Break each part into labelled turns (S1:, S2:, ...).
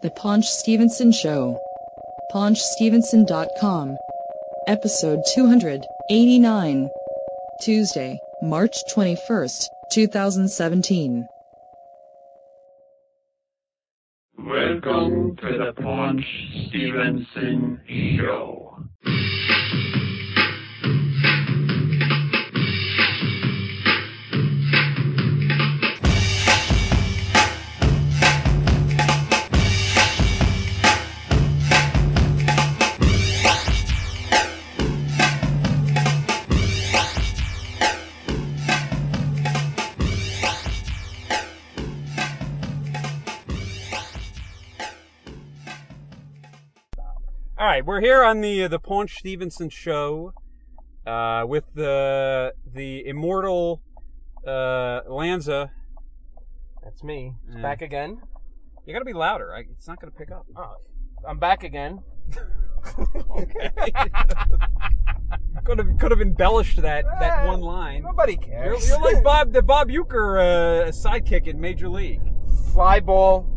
S1: The Paunch Stevenson Show. PaunchStevenson.com. Episode 289. Tuesday, March 21st, 2017.
S2: Welcome to the Paunch Stevenson Show.
S3: All right, we're here on the the Paunch Stevenson show uh, with the the immortal uh, Lanza.
S4: That's me. It's
S3: Yeah.
S4: Back again.
S3: You gotta be louder. I, it's not gonna pick up.
S4: Oh, I'm back again.
S3: Okay. could have could have embellished that that one line.
S4: Nobody
S3: You're,
S4: cares.
S3: you're like Bob the Bob Euchre uh, sidekick in Major League.
S4: fly ball,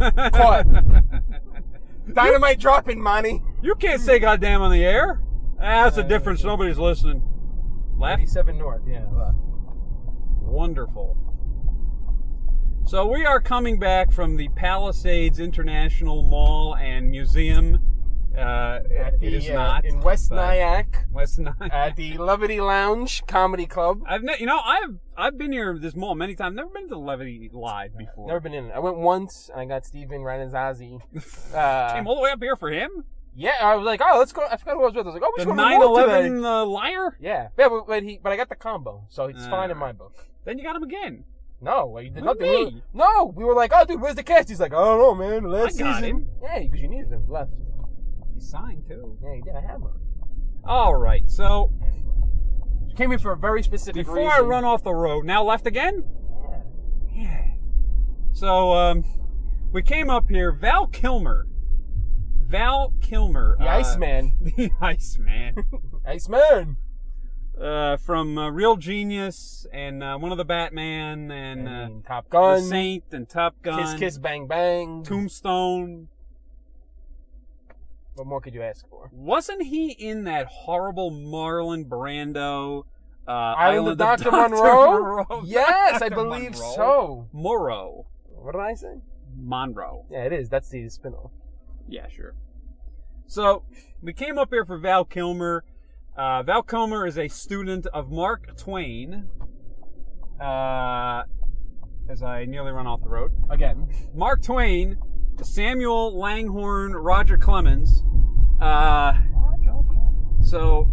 S4: Caught. dynamite dropping, Monty.
S3: you can't say goddamn on the air. Ah, that's the difference. Nobody's listening. Left.
S4: 87 North. Yeah.
S3: Wonderful. So we are coming back from the Palisades International Mall and Museum. Uh,
S4: At
S3: it
S4: the,
S3: is
S4: uh,
S3: not
S4: in West
S3: but-
S4: Nyack
S3: West Nyack.
S4: at the Levity Lounge Comedy Club.
S3: I've ne- you know I've I've been here this mall many times. Never been to Levity Live before.
S4: Never been in. it. I went once and I got Steven Ranazazzi. Uh,
S3: Came all the way up here for him.
S4: yeah, I was like, oh, let's go. I forgot who I was with. I was like, oh, we
S3: The
S4: should go to the mall today.
S3: 9/11 uh, liar.
S4: Yeah, yeah, but, but he, but I got the combo, so it's
S3: Uh.
S4: fine in my book.
S3: Then you got him again.
S4: No, well, you did
S3: What do
S4: nothing.
S3: you
S4: We were-
S3: mean?
S4: no, we were like, oh, dude, where's the cast? He's like, I don't know, man. Last
S3: I got
S4: season.
S3: him.
S4: Yeah, because you needed him. Left.
S3: He signed too.
S4: Yeah, you did. I have him.
S3: All right. So
S4: You came here for a very specific
S3: before
S4: reason.
S3: I run off the road, now left again. Yeah. So um, we came up here. Val Kilmer. Val Kilmer.
S4: The
S3: uh,
S4: Iceman.
S3: The Iceman.
S4: Iceman.
S3: uh, from uh, Real Genius and uh, one of the Batman and uh,
S4: mean, Top
S3: The
S4: Gun.
S3: Saint and Top Gun.
S4: Kiss, kiss, bang, bang.
S3: Tombstone.
S4: What more could you ask for?
S3: Wasn't he in that horrible Marlon Brando? Uh,
S4: Island, of Dr. Monroe? Yes, I believe so.
S3: Morrow.
S4: What did I say?
S3: Monroe.
S4: Yeah, it is. That's the spin-off.
S3: Yeah, sure. So we came up here for Val Kilmer. Uh, Val Kilmer is a student of Mark Twain. Uh, as I nearly run off the road.
S4: Again.
S3: Mark Twain, Samuel Langhorne, Roger Clemens. Uh, so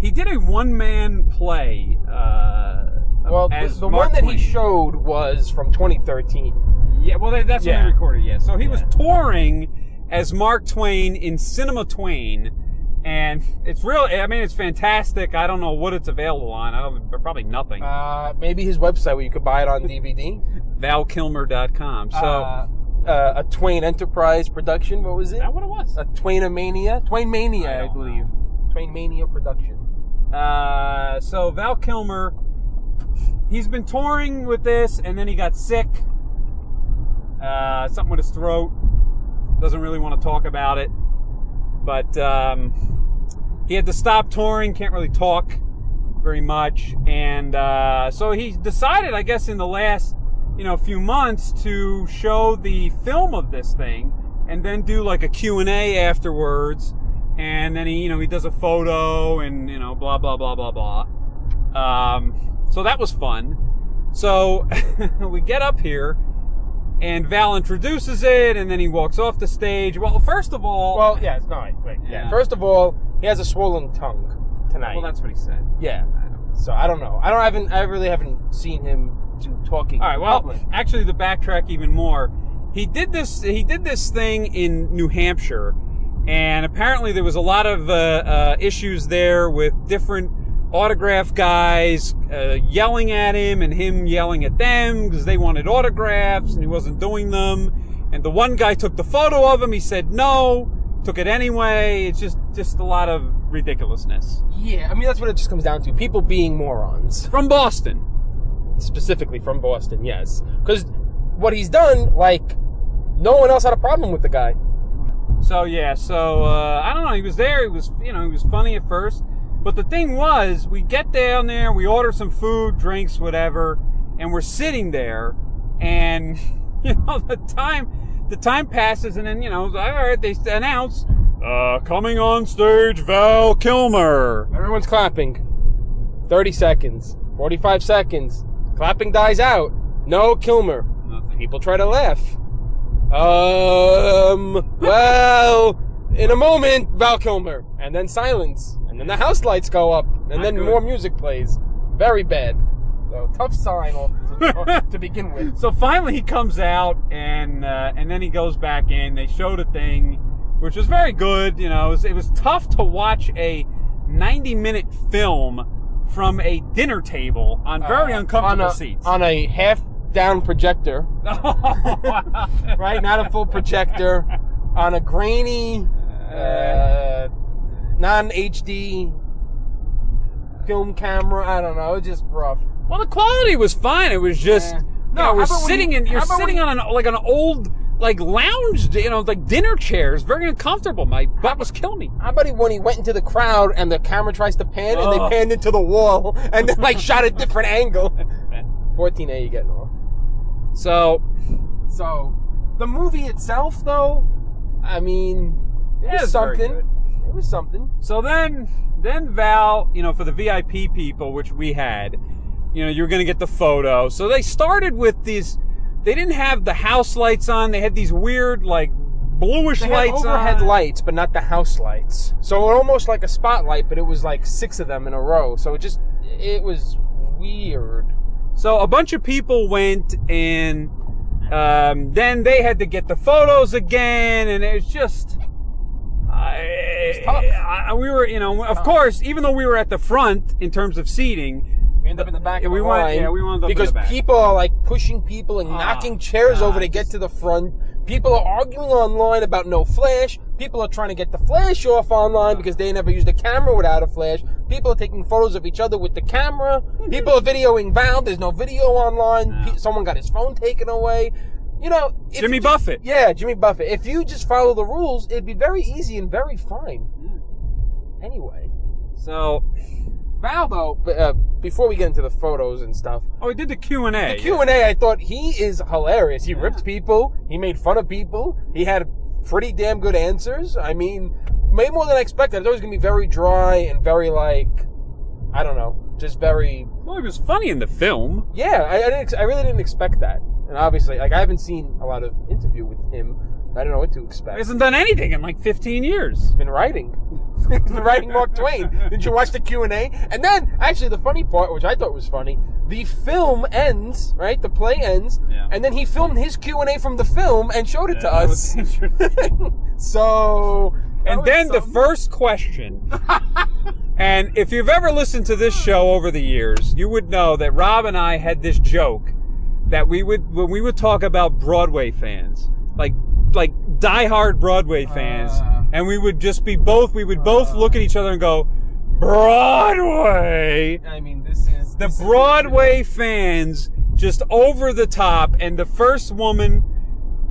S3: he did a one-man play. Uh,
S4: Well, the,
S3: as
S4: the
S3: Mark
S4: one that he
S3: Twain.
S4: showed was from 2013.
S3: Yeah, well, that, that's when
S4: Yeah.
S3: they recorded. Yeah, so he was
S4: Yeah.
S3: touring as Mark Twain in Cinema Twain, and it's real. I mean, it's fantastic. I don't know what it's available on. I don't. Probably nothing.
S4: Uh, maybe his website where you could buy it on DVD.
S3: ValKilmer.com. So
S4: uh, uh, a Twain Enterprise production. What was
S3: is
S4: it?
S3: that what it was?
S4: A Twainomania? Twainmania,
S3: I
S4: I,
S3: don't
S4: believe. Twainmania production.
S3: Uh, so Val Kilmer, he's been touring with this, and then he got sick. Uh, something with his throat. Doesn't really want to talk about it, but um, he had to stop touring. Can't really talk very much, and uh, so he decided, I guess, in the last you know few months to show the film of this thing, and then do like a Q and A afterwards and then he you know he does a photo and you know blah blah blah blah blah um, so that was fun so we get up here and val introduces it and then he walks off the stage well first of all
S4: Well, yeah, it's not. Wait,
S3: Yeah.
S4: yeah. First of all, he has a swollen tongue tonight.
S3: well that's what he said
S4: yeah. So I don't know. I don't I haven't. I really haven't seen him do talking.
S3: all right
S4: in
S3: well
S4: public.
S3: actually to backtrack even more he did this he did this thing in new hampshire and apparently there was a lot of uh, uh, issues there with different autograph guys uh, yelling at him and him yelling at them because they wanted autographs and he wasn't doing them and the one guy took the photo of him he said no took it anyway it's just just a lot of ridiculousness
S4: yeah. I mean, that's what it just comes down to: people being morons,
S3: from boston
S4: specifically from Boston. Yes, because what he's done, like No one else had a problem with the guy.
S3: So yeah, so uh, I don't know. He was there. He was, you know, he was funny at first. But the thing was, we get down there, we order some food, drinks, whatever, and we're sitting there, and you know, the time, the time passes, and then you know, all right, they announce, uh, coming on stage, Val Kilmer.
S4: Everyone's clapping. 30 seconds, 45 seconds. Clapping dies out. No Kilmer.
S3: Nothing.
S4: People try to laugh. Um, well, in a moment, Val Kilmer. And then silence. And then the house lights go up. And
S3: Not
S4: then
S3: good.
S4: more music plays. Very bad. So, tough sign off to, to begin with.
S3: So finally, he comes out, and uh, and then he goes back in. They showed a thing, which was very good. You know, it was, it was tough to watch a 90-minute film from a dinner table on very
S4: Uh,
S3: uncomfortable
S4: on a,
S3: seats.
S4: On a half down projector, right? Not a full projector. On a grainy, uh, non HD film camera. I don't know. It's just rough.
S3: well, the quality was fine. It was just
S4: Yeah.
S3: no,
S4: Yeah, how
S3: we're
S4: about when
S3: sitting
S4: you-
S3: in. You're
S4: how about
S3: sitting
S4: when-
S3: on an like an old like lounge, you know, like dinner chairs, very uncomfortable. My butt was killing me.
S4: How about he- when he went into the crowd and the camera tries to pan and
S3: Ugh.
S4: they panned into the wall and then like shot a different angle? 14A, you getting off.
S3: So
S4: So, the movie itself, though, I mean, it
S3: Yeah,
S4: was
S3: it's very
S4: something.
S3: good.
S4: It was something.
S3: So then, then Val, you know, for the VIP people, which we had, you know, you're going to get the photo. So they started with these, they didn't have the house lights on. They had these weird, like, bluish
S4: They had
S3: lights
S4: overhead
S3: on.
S4: lights, but not the house lights. So it almost like a spotlight, but it was like six of them in a row. So it just, it was weird.
S3: So a bunch of people went and, um, then they had to get the photos again. And it was just, I,
S4: tough.
S3: I, I- we were, you know, of course, even though we were at the front in terms of seating,
S4: We end up in the back
S3: Yeah,
S4: of
S3: we
S4: the
S3: wound-
S4: line
S3: yeah, we wound up in
S4: because
S3: the back.
S4: people are like pushing people and
S3: Ah,
S4: knocking chairs
S3: God.
S4: over to get to the front. People are arguing online about no flash. People are trying to get the flash off online because they never used a camera without a flash. People are taking photos of each other with the camera. People are videoing Val. There's no video online. Pe- someone got his phone taken away. You know, if
S3: Jimmy
S4: you just-
S3: Buffett.
S4: yeah, Jimmy Buffett. If you just follow the rules, it'd be very easy and very fine. Anyway,
S3: So,
S4: Val though, b- uh, before we get into the photos and stuff,
S3: oh, we did the Q and A.
S4: Q and A. I thought he is hilarious. He ripped people. He made fun of people. He had pretty damn good answers. I mean, way more than I expected. I thought it was gonna be very dry and very like, I don't know, just very.
S3: Well, he was funny in the film.
S4: Yeah, I, I didn't. ex- I really didn't expect that. And obviously, like I haven't seen a lot of interview with him. I don't know what to expect.
S3: He hasn't done anything in like 15 years.
S4: He's been writing. He's been writing Mark Twain. Did you watch the Q and A? And then, actually, the funny part, which I thought was funny, the film ends. Right, the play ends,
S3: Yeah.
S4: and then he filmed his Q and A from the film and showed it to
S3: That was
S4: us.
S3: interesting.
S4: Oh, so, that
S3: and
S4: was
S3: then the
S4: something.
S3: first question. and if you've ever listened to this show over the years, you would know that Rob and I had this joke that we would when we would talk about Broadway fans, like like diehard Broadway fans,
S4: Uh.
S3: and we would just be both we would both look at each other and go, Broadway.
S4: I mean, this is
S3: the
S4: this is-
S3: Broadway fans just over the top, and the first woman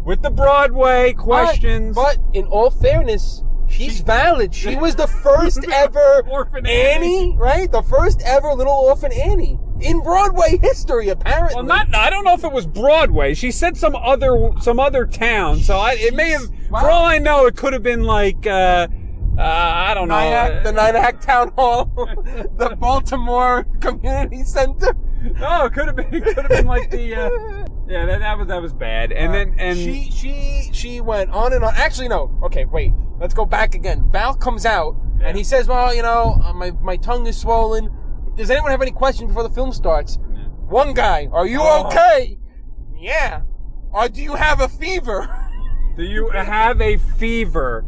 S3: with the Broadway
S4: But-
S3: questions.
S4: But, in all fairness, she's valid. She was the first ever
S3: Orphan
S4: Annie, right? The first ever little orphan Annie in Broadway history, apparently.
S3: well, not I don't know if it was Broadway. She said some other some other town, so I, it may have. For all I know, it could have been like uh, uh, I don't know. Uh,
S4: Nyack, the Nyack Town Hall, the Baltimore Community Center.
S3: oh, it could have been. It could have been like the. Uh, yeah, that, that was that was bad. And then and
S4: Uh, she she she went on and on. Actually, no. Okay, wait. Let's go back again. Val comes out and he says, "Well, you know, uh, my my tongue is swollen. Does anyone have any questions before the film starts?" One guy, "Are you
S3: Uh-huh.
S4: okay?" Yeah. Or do you have a fever?
S3: do you have a fever?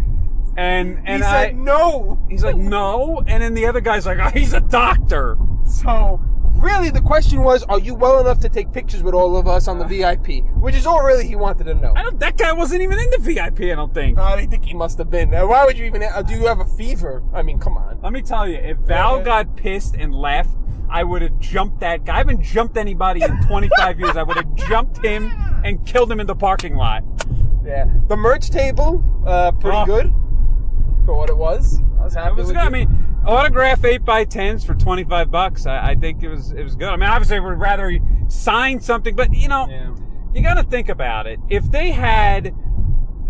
S3: And and
S4: he
S3: I
S4: said no.
S3: he's like no, and then the other guy's like oh, he's a doctor.
S4: So really, the question was, "Are you well enough to take pictures with all of us on the
S3: Uh-huh.
S4: VIP?" Which is all really he wanted to know.
S3: I don't. That guy wasn't even in the VIP. I don't think.
S4: I don't think he must have been. Uh, Why would you even? Uh, do you have a fever? I mean, come on.
S3: Let me tell you, if Val
S4: Yeah.
S3: got pissed and left, I would have jumped that guy. I haven't jumped anybody in 25 years. I would have jumped him and killed him in the parking lot.
S4: Yeah. The merch table, uh, pretty
S3: Oh.
S4: good for what it was. I was happy
S3: It was
S4: with
S3: good. I mean,
S4: it.
S3: autograph eight by tens for twenty five bucks. I, I think it was it was good. I mean, obviously we'd rather you sign something, but you know,
S4: Yeah.
S3: you got to think about it. If they had,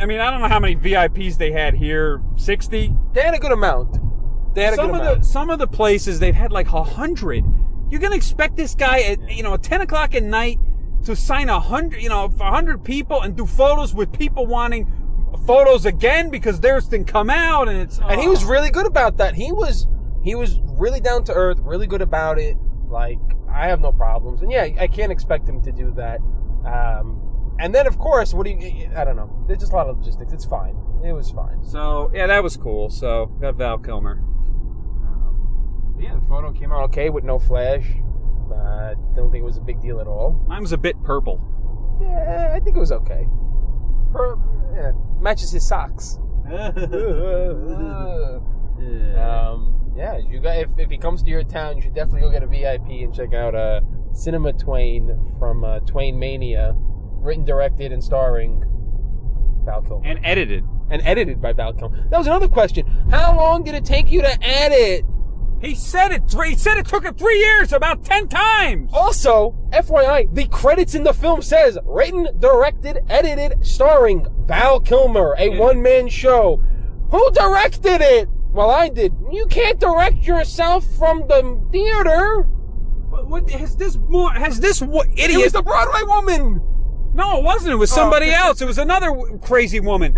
S3: I mean, I don't know how many VIPs they had here, sixty.
S4: They had a good amount. They had a
S3: Some
S4: good
S3: of
S4: amount.
S3: the some of the places they've had like a hundred. You're gonna expect this guy at you know at ten o'clock at night to sign a hundred, you know, for a hundred people and do photos with people wanting photos again because theirs didn't come out, and it's
S4: and he was really good about that. He was he was really down to earth, really good about it. Like I have no problems, and yeah, I can't expect him to do that. Um, and then of course, what do you? I don't know. There's just a lot of logistics. It's fine. It was fine.
S3: So yeah, that was cool. So got Val Kilmer.
S4: Yeah, the photo came out okay with no flash. Uh, don't think it was a big deal at all.
S3: Mine was a bit purple.
S4: Yeah, I think it was okay. Her, yeah, matches his socks.
S3: Uh,
S4: Um, yeah, you got. If, if he comes to your town, you should definitely go get a VIP and check out uh, Cinema Twain from uh, Twain Mania, written, directed, and starring Val Kilmer
S3: and edited.
S4: and edited by Val Kilmer. That was another question. How long did it take you to edit?
S3: He said it. Three, he said it took him three years, about ten times.
S4: Also, FYI, the credits in the film says written, directed, edited, starring Val Kilmer, a
S3: Yeah.
S4: one-man show. Who directed it? Well, I did. You can't direct yourself from the theater.
S3: What, what- has this more? Has this what,
S4: It
S3: idiot?
S4: was the Broadway woman.
S3: no, it wasn't. It was somebody else. It was another w- crazy woman.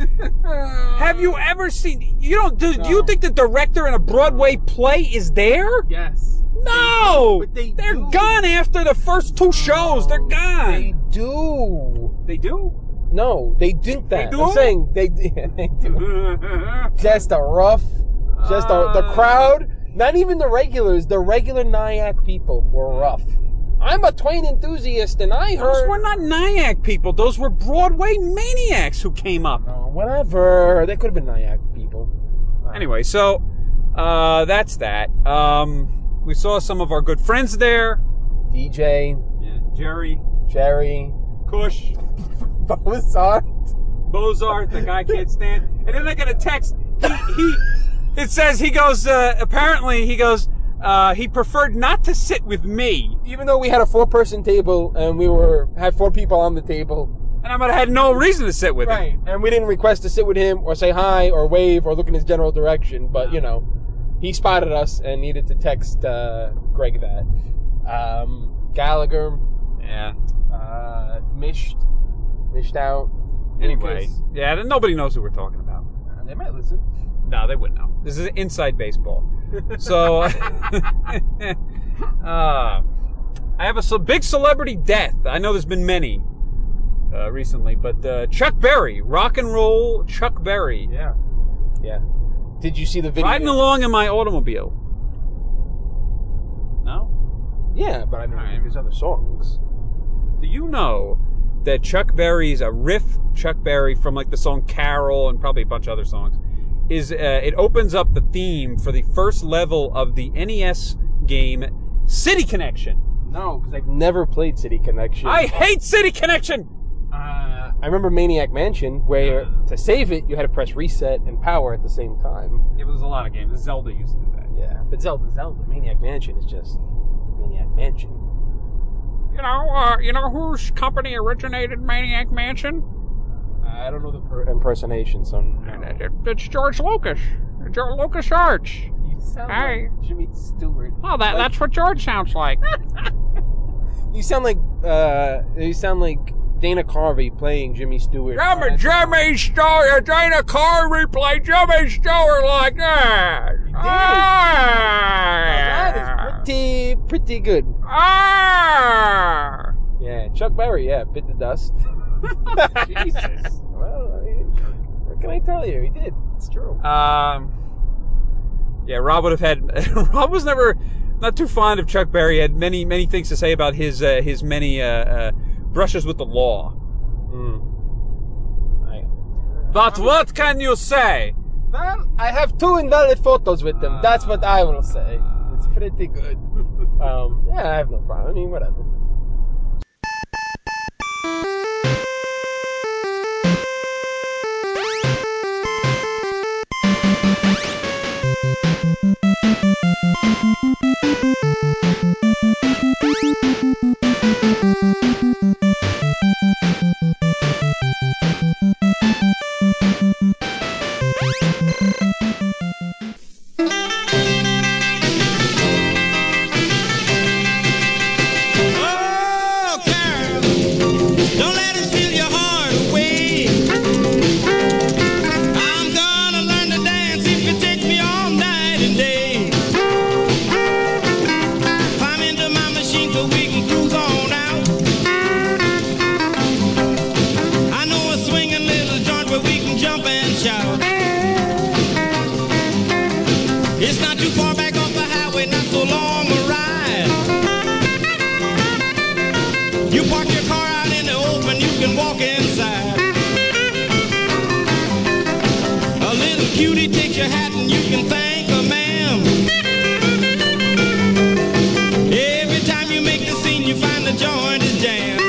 S3: Have you ever seen? You don't. Do, do you think the director in a Broadway play is there?
S5: Yes.
S3: No,
S5: But they
S3: are
S5: do.
S3: gone after the first two shows. They're gone.
S4: They do.
S3: they do.
S4: No, they did that.
S3: do?
S4: I'm saying they, they do. Just a rough, just a, the
S3: Uh.
S4: crowd. Not even the regulars. The regular Nyack people were rough. I'm a Twain enthusiast, and I
S3: Those
S4: heard.
S3: were not Nyack people. Those were Broadway maniacs who came up.
S4: No, whatever. They could have been Nyack people.
S3: Anyway, so uh, that's that. Um, we saw some of our good friends there.
S4: DJ,
S3: Yeah, Jerry,
S4: Jerry,
S3: Kush,
S4: Bozart.
S3: Bozart, the guy can't stand. And then I got a text. He, he it says he goes. Uh, apparently, he goes. Uh, he preferred not to sit with me,
S4: Even though we had a four-person table and we were had four people on the table,
S3: and I would have had no reason to sit with him.
S4: Right. And we didn't request to sit with him or say hi or wave or look in his general direction, but you know, he spotted us and needed to text uh, Greg that. Um, Gallagher,
S3: Yeah.
S4: uh, mished, mished out.
S3: Anyway,
S4: Lucas.
S3: yeah. then Nobody knows who we're talking about.
S4: Uh, they might listen.
S3: No, they wouldn't know. This is inside baseball. So, uh, I have a ce- big celebrity death. I know there's been many uh, recently, but uh, Chuck Berry, rock and roll Chuck Berry,
S4: Yeah. Yeah. Did you see the video?
S3: riding along in my automobile. No?
S4: Yeah, but I mean,
S3: Alright.
S4: there's other songs.
S3: Do you know that Chuck Berry's a riff, Chuck Berry from like the song Carol and probably a bunch of other songs, is uh, it opens up the theme for the first level of the NES game City Connection.
S4: No, because I've never played City Connection.
S3: I hate City Connection.
S5: Uh,
S4: I remember Maniac Mansion, where to save it, you had to press reset and power at the same time.
S3: It was a lot of games. Zelda used to do that.
S4: Yeah, but Zelda, Zelda, Maniac Mansion is just Maniac Mansion.
S3: You know, uh, you know whose company originated Maniac Mansion?
S4: I don't know the per- impersonation, so
S3: It- it- It's George Lucas. George Lucas Arch.
S4: you sound
S3: Hey.
S4: like Jimmy Stewart.
S3: Oh, that, that's what George sounds like.
S4: You sound like uh, you sound like Dana Carvey playing Jimmy Stewart. Uh,
S3: Jimmy, Jimmy Stewart, Dana Carvey played Jimmy Stewart like that.
S4: That
S3: Ah,
S4: is pretty pretty good.
S3: ah.
S4: Yeah, Chuck Berry. Yeah, bit the dust.
S3: Jesus.
S4: Well, I mean, what can I tell you? He did. It's true.
S3: Um, yeah, Rob would have had. Rob was never not too fond of Chuck Berry. Had many many things to say about his uh, his many uh, uh, brushes with the law. Hmm.
S4: I,
S3: But what can you say?
S4: Well, I have two invalid photos with them. That's what I will say.
S3: Ah.
S4: It's pretty good. Um, yeah, I have no problem. I mean, whatever.
S5: Oh, shout. It's not too far back off the highway, not so long a ride. You park your car out in the open, you can walk inside. A little cutie takes your hat and you can thank her, ma'am. Every time you make the scene, you find the joint is jammed.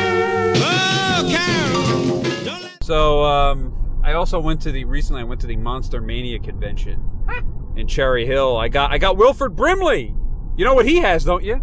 S5: Oh, Carol, don't let-
S3: So um, I also went to the recently. I went to the Monster Mania convention in Cherry Hill. I got I got Wilford Brimley. You know what he has, don't you?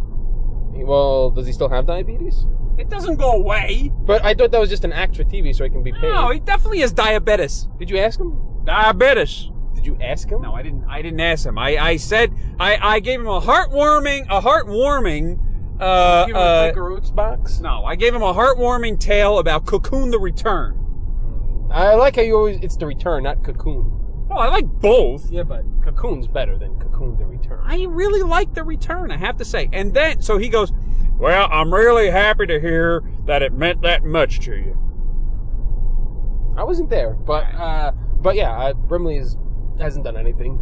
S4: Well, does he still have diabetes?
S3: It doesn't go away.
S4: But I thought that was just an act for TV, so I can be paid.
S3: No, he definitely has diabetes.
S4: Did you ask him?
S3: Diabetes.
S4: Did you ask him?
S3: No, I didn't. I didn't ask him. I, I said I, I gave him a heartwarming a heartwarming. Uh,
S4: Give him
S3: uh,
S4: a Quaker Oats box.
S3: no, I gave him a heartwarming tale about Cocoon the Return.
S4: Hmm. I like how you always. It's the return, not cocoon.
S3: Well, I like both.
S4: Yeah, but cocoon's better than cocoon the return.
S3: I really like the return, I have to say. And then, so he goes, Well, I'm really happy to hear that it meant that much to you.
S4: I wasn't there, but uh, but yeah, uh, Brimley is, hasn't done anything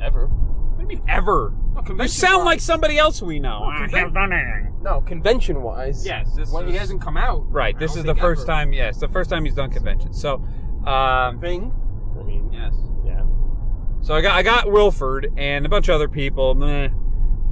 S4: ever.
S3: What do you mean, ever? You sound like somebody else we know.
S4: no convention wise.
S3: Yes, this
S4: well, he
S3: is-
S4: hasn't come out.
S3: Right,
S4: I
S3: this
S4: don't
S3: is the
S4: think
S3: first
S4: ever.
S3: time, yes, the first time he's done conventions. So, um,
S4: Thing. I mean,
S3: yes.
S4: yeah.
S3: So I got, I got Wilford and a bunch of other people. Meh.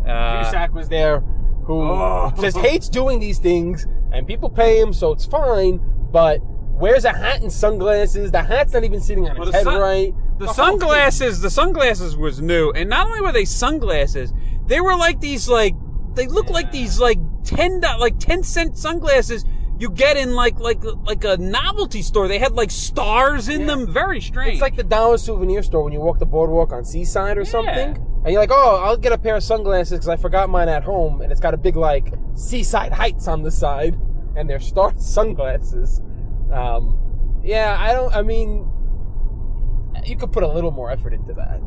S3: Uh,
S4: Cusack was there, who
S3: Oh.
S4: just hates doing these things, and people pay him, so it's fine. But wears a hat and sunglasses. The hat's not even sitting on
S3: Well,
S4: his
S3: the
S4: head
S3: sun-
S4: right.
S3: the
S4: whole
S3: sunglasses, the sunglasses was new. And not only were they sunglasses, they were like these, like, they look like these, like, 10, do- like 10 cent sunglasses you get in, like, like, like a novelty store. They had, like, stars in
S4: Yeah.
S3: them. Very strange.
S4: It's like the dollar souvenir store when you walk the boardwalk on Seaside or something, and you're like, "Oh, I'll get a pair of sunglasses because I forgot mine at home," and it's got a big like Seaside Heights on the side, and they're star sunglasses. Um, yeah, I don't. I mean, you could put a little more effort into that.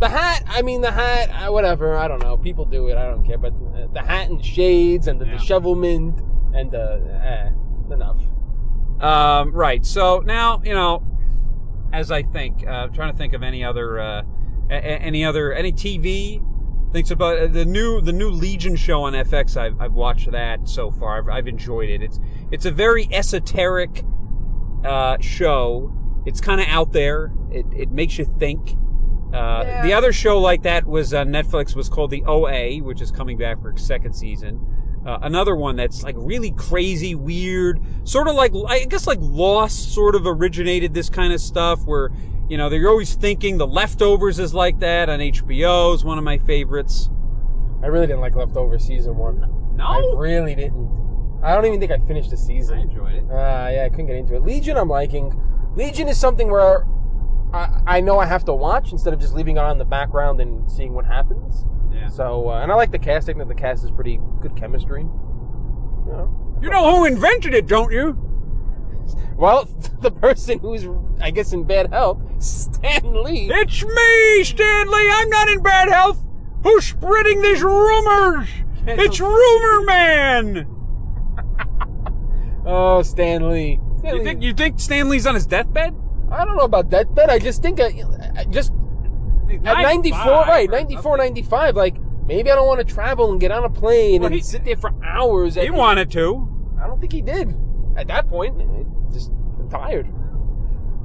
S4: The hat, I mean, the hat, uh, whatever. I don't know. People do it. I don't care. But uh, the hat and shades and the
S3: Yeah.
S4: dishevelment and the eh, enough.
S3: Um, right. So now you know, as I think, uh, I'm trying to think of any other, uh, a- a- any other, any TV thinks about uh, the new the new Legion show on FX. I've, I've watched that so far. I've, I've enjoyed it. It's it's a very esoteric uh, show. It's kind of out there. It it makes you think. Uh, The other show like that was on Netflix was called the OA, which is coming back for its second season. Uh, another one that's like really crazy, weird, sort of like I guess like Lost sort of originated this kind of stuff where you know they're always thinking the leftovers is like that on HBO is one of my favorites.
S4: I really didn't like Leftover season one. I really didn't. I don't even think I finished the season.
S3: enjoyed it.
S4: Uh, yeah, I couldn't get into it. Legion, I'm liking. Legion is something where I, I know I have to watch instead of just leaving it on in the background and seeing what happens.
S3: Yeah.
S4: So, uh, and I like the cast. I think that the cast is pretty good chemistry. You know.
S3: You know who invented it, don't you?
S4: Well, the person who's, I guess, in bad health, Stan Lee.
S3: It's me, Stanley. I'm not in bad health. Who's spreading these rumors? It's Rumor Man.
S4: Oh, Stan Lee. Stan
S3: You
S4: Lee-
S3: think you think Stanley's on his deathbed?
S4: I don't know about that, but I just think I, I just At 94, right, 94, 95, like, maybe I don't want to travel and get on a plane
S3: Well,
S4: and
S3: he-
S4: sit there for hours.
S3: He
S4: and-
S3: wanted to.
S4: I don't think he did. At that point, I just, I'm tired.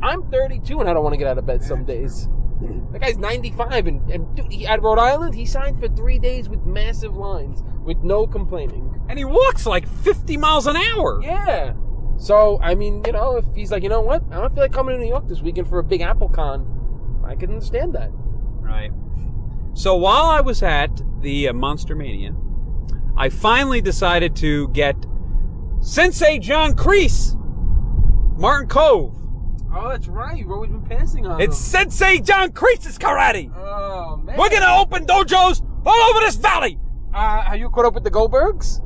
S4: I'm 32 and I don't want to get out of bed some days. That guy's 95 and, and dude, he, at Rhode Island, he signed for three days with massive lines with no complaining.
S3: and he walks like 50 miles an hour.
S4: Yeah. So, I mean, you know, if he's like, you know what, I don't feel like coming to New York this weekend for a big Apple con, I can understand that.
S3: Right. So while I was at the uh, Monster Mania, I finally decided to get Sensei John Kreese, Martin Cove.
S4: Oh, that's right. You've always been passing on
S3: It's Sensei John Kreese's karate.
S4: Oh man!
S3: We're gonna open dojos all over this valley.
S4: Uh, are you caught up with the Goldbergs?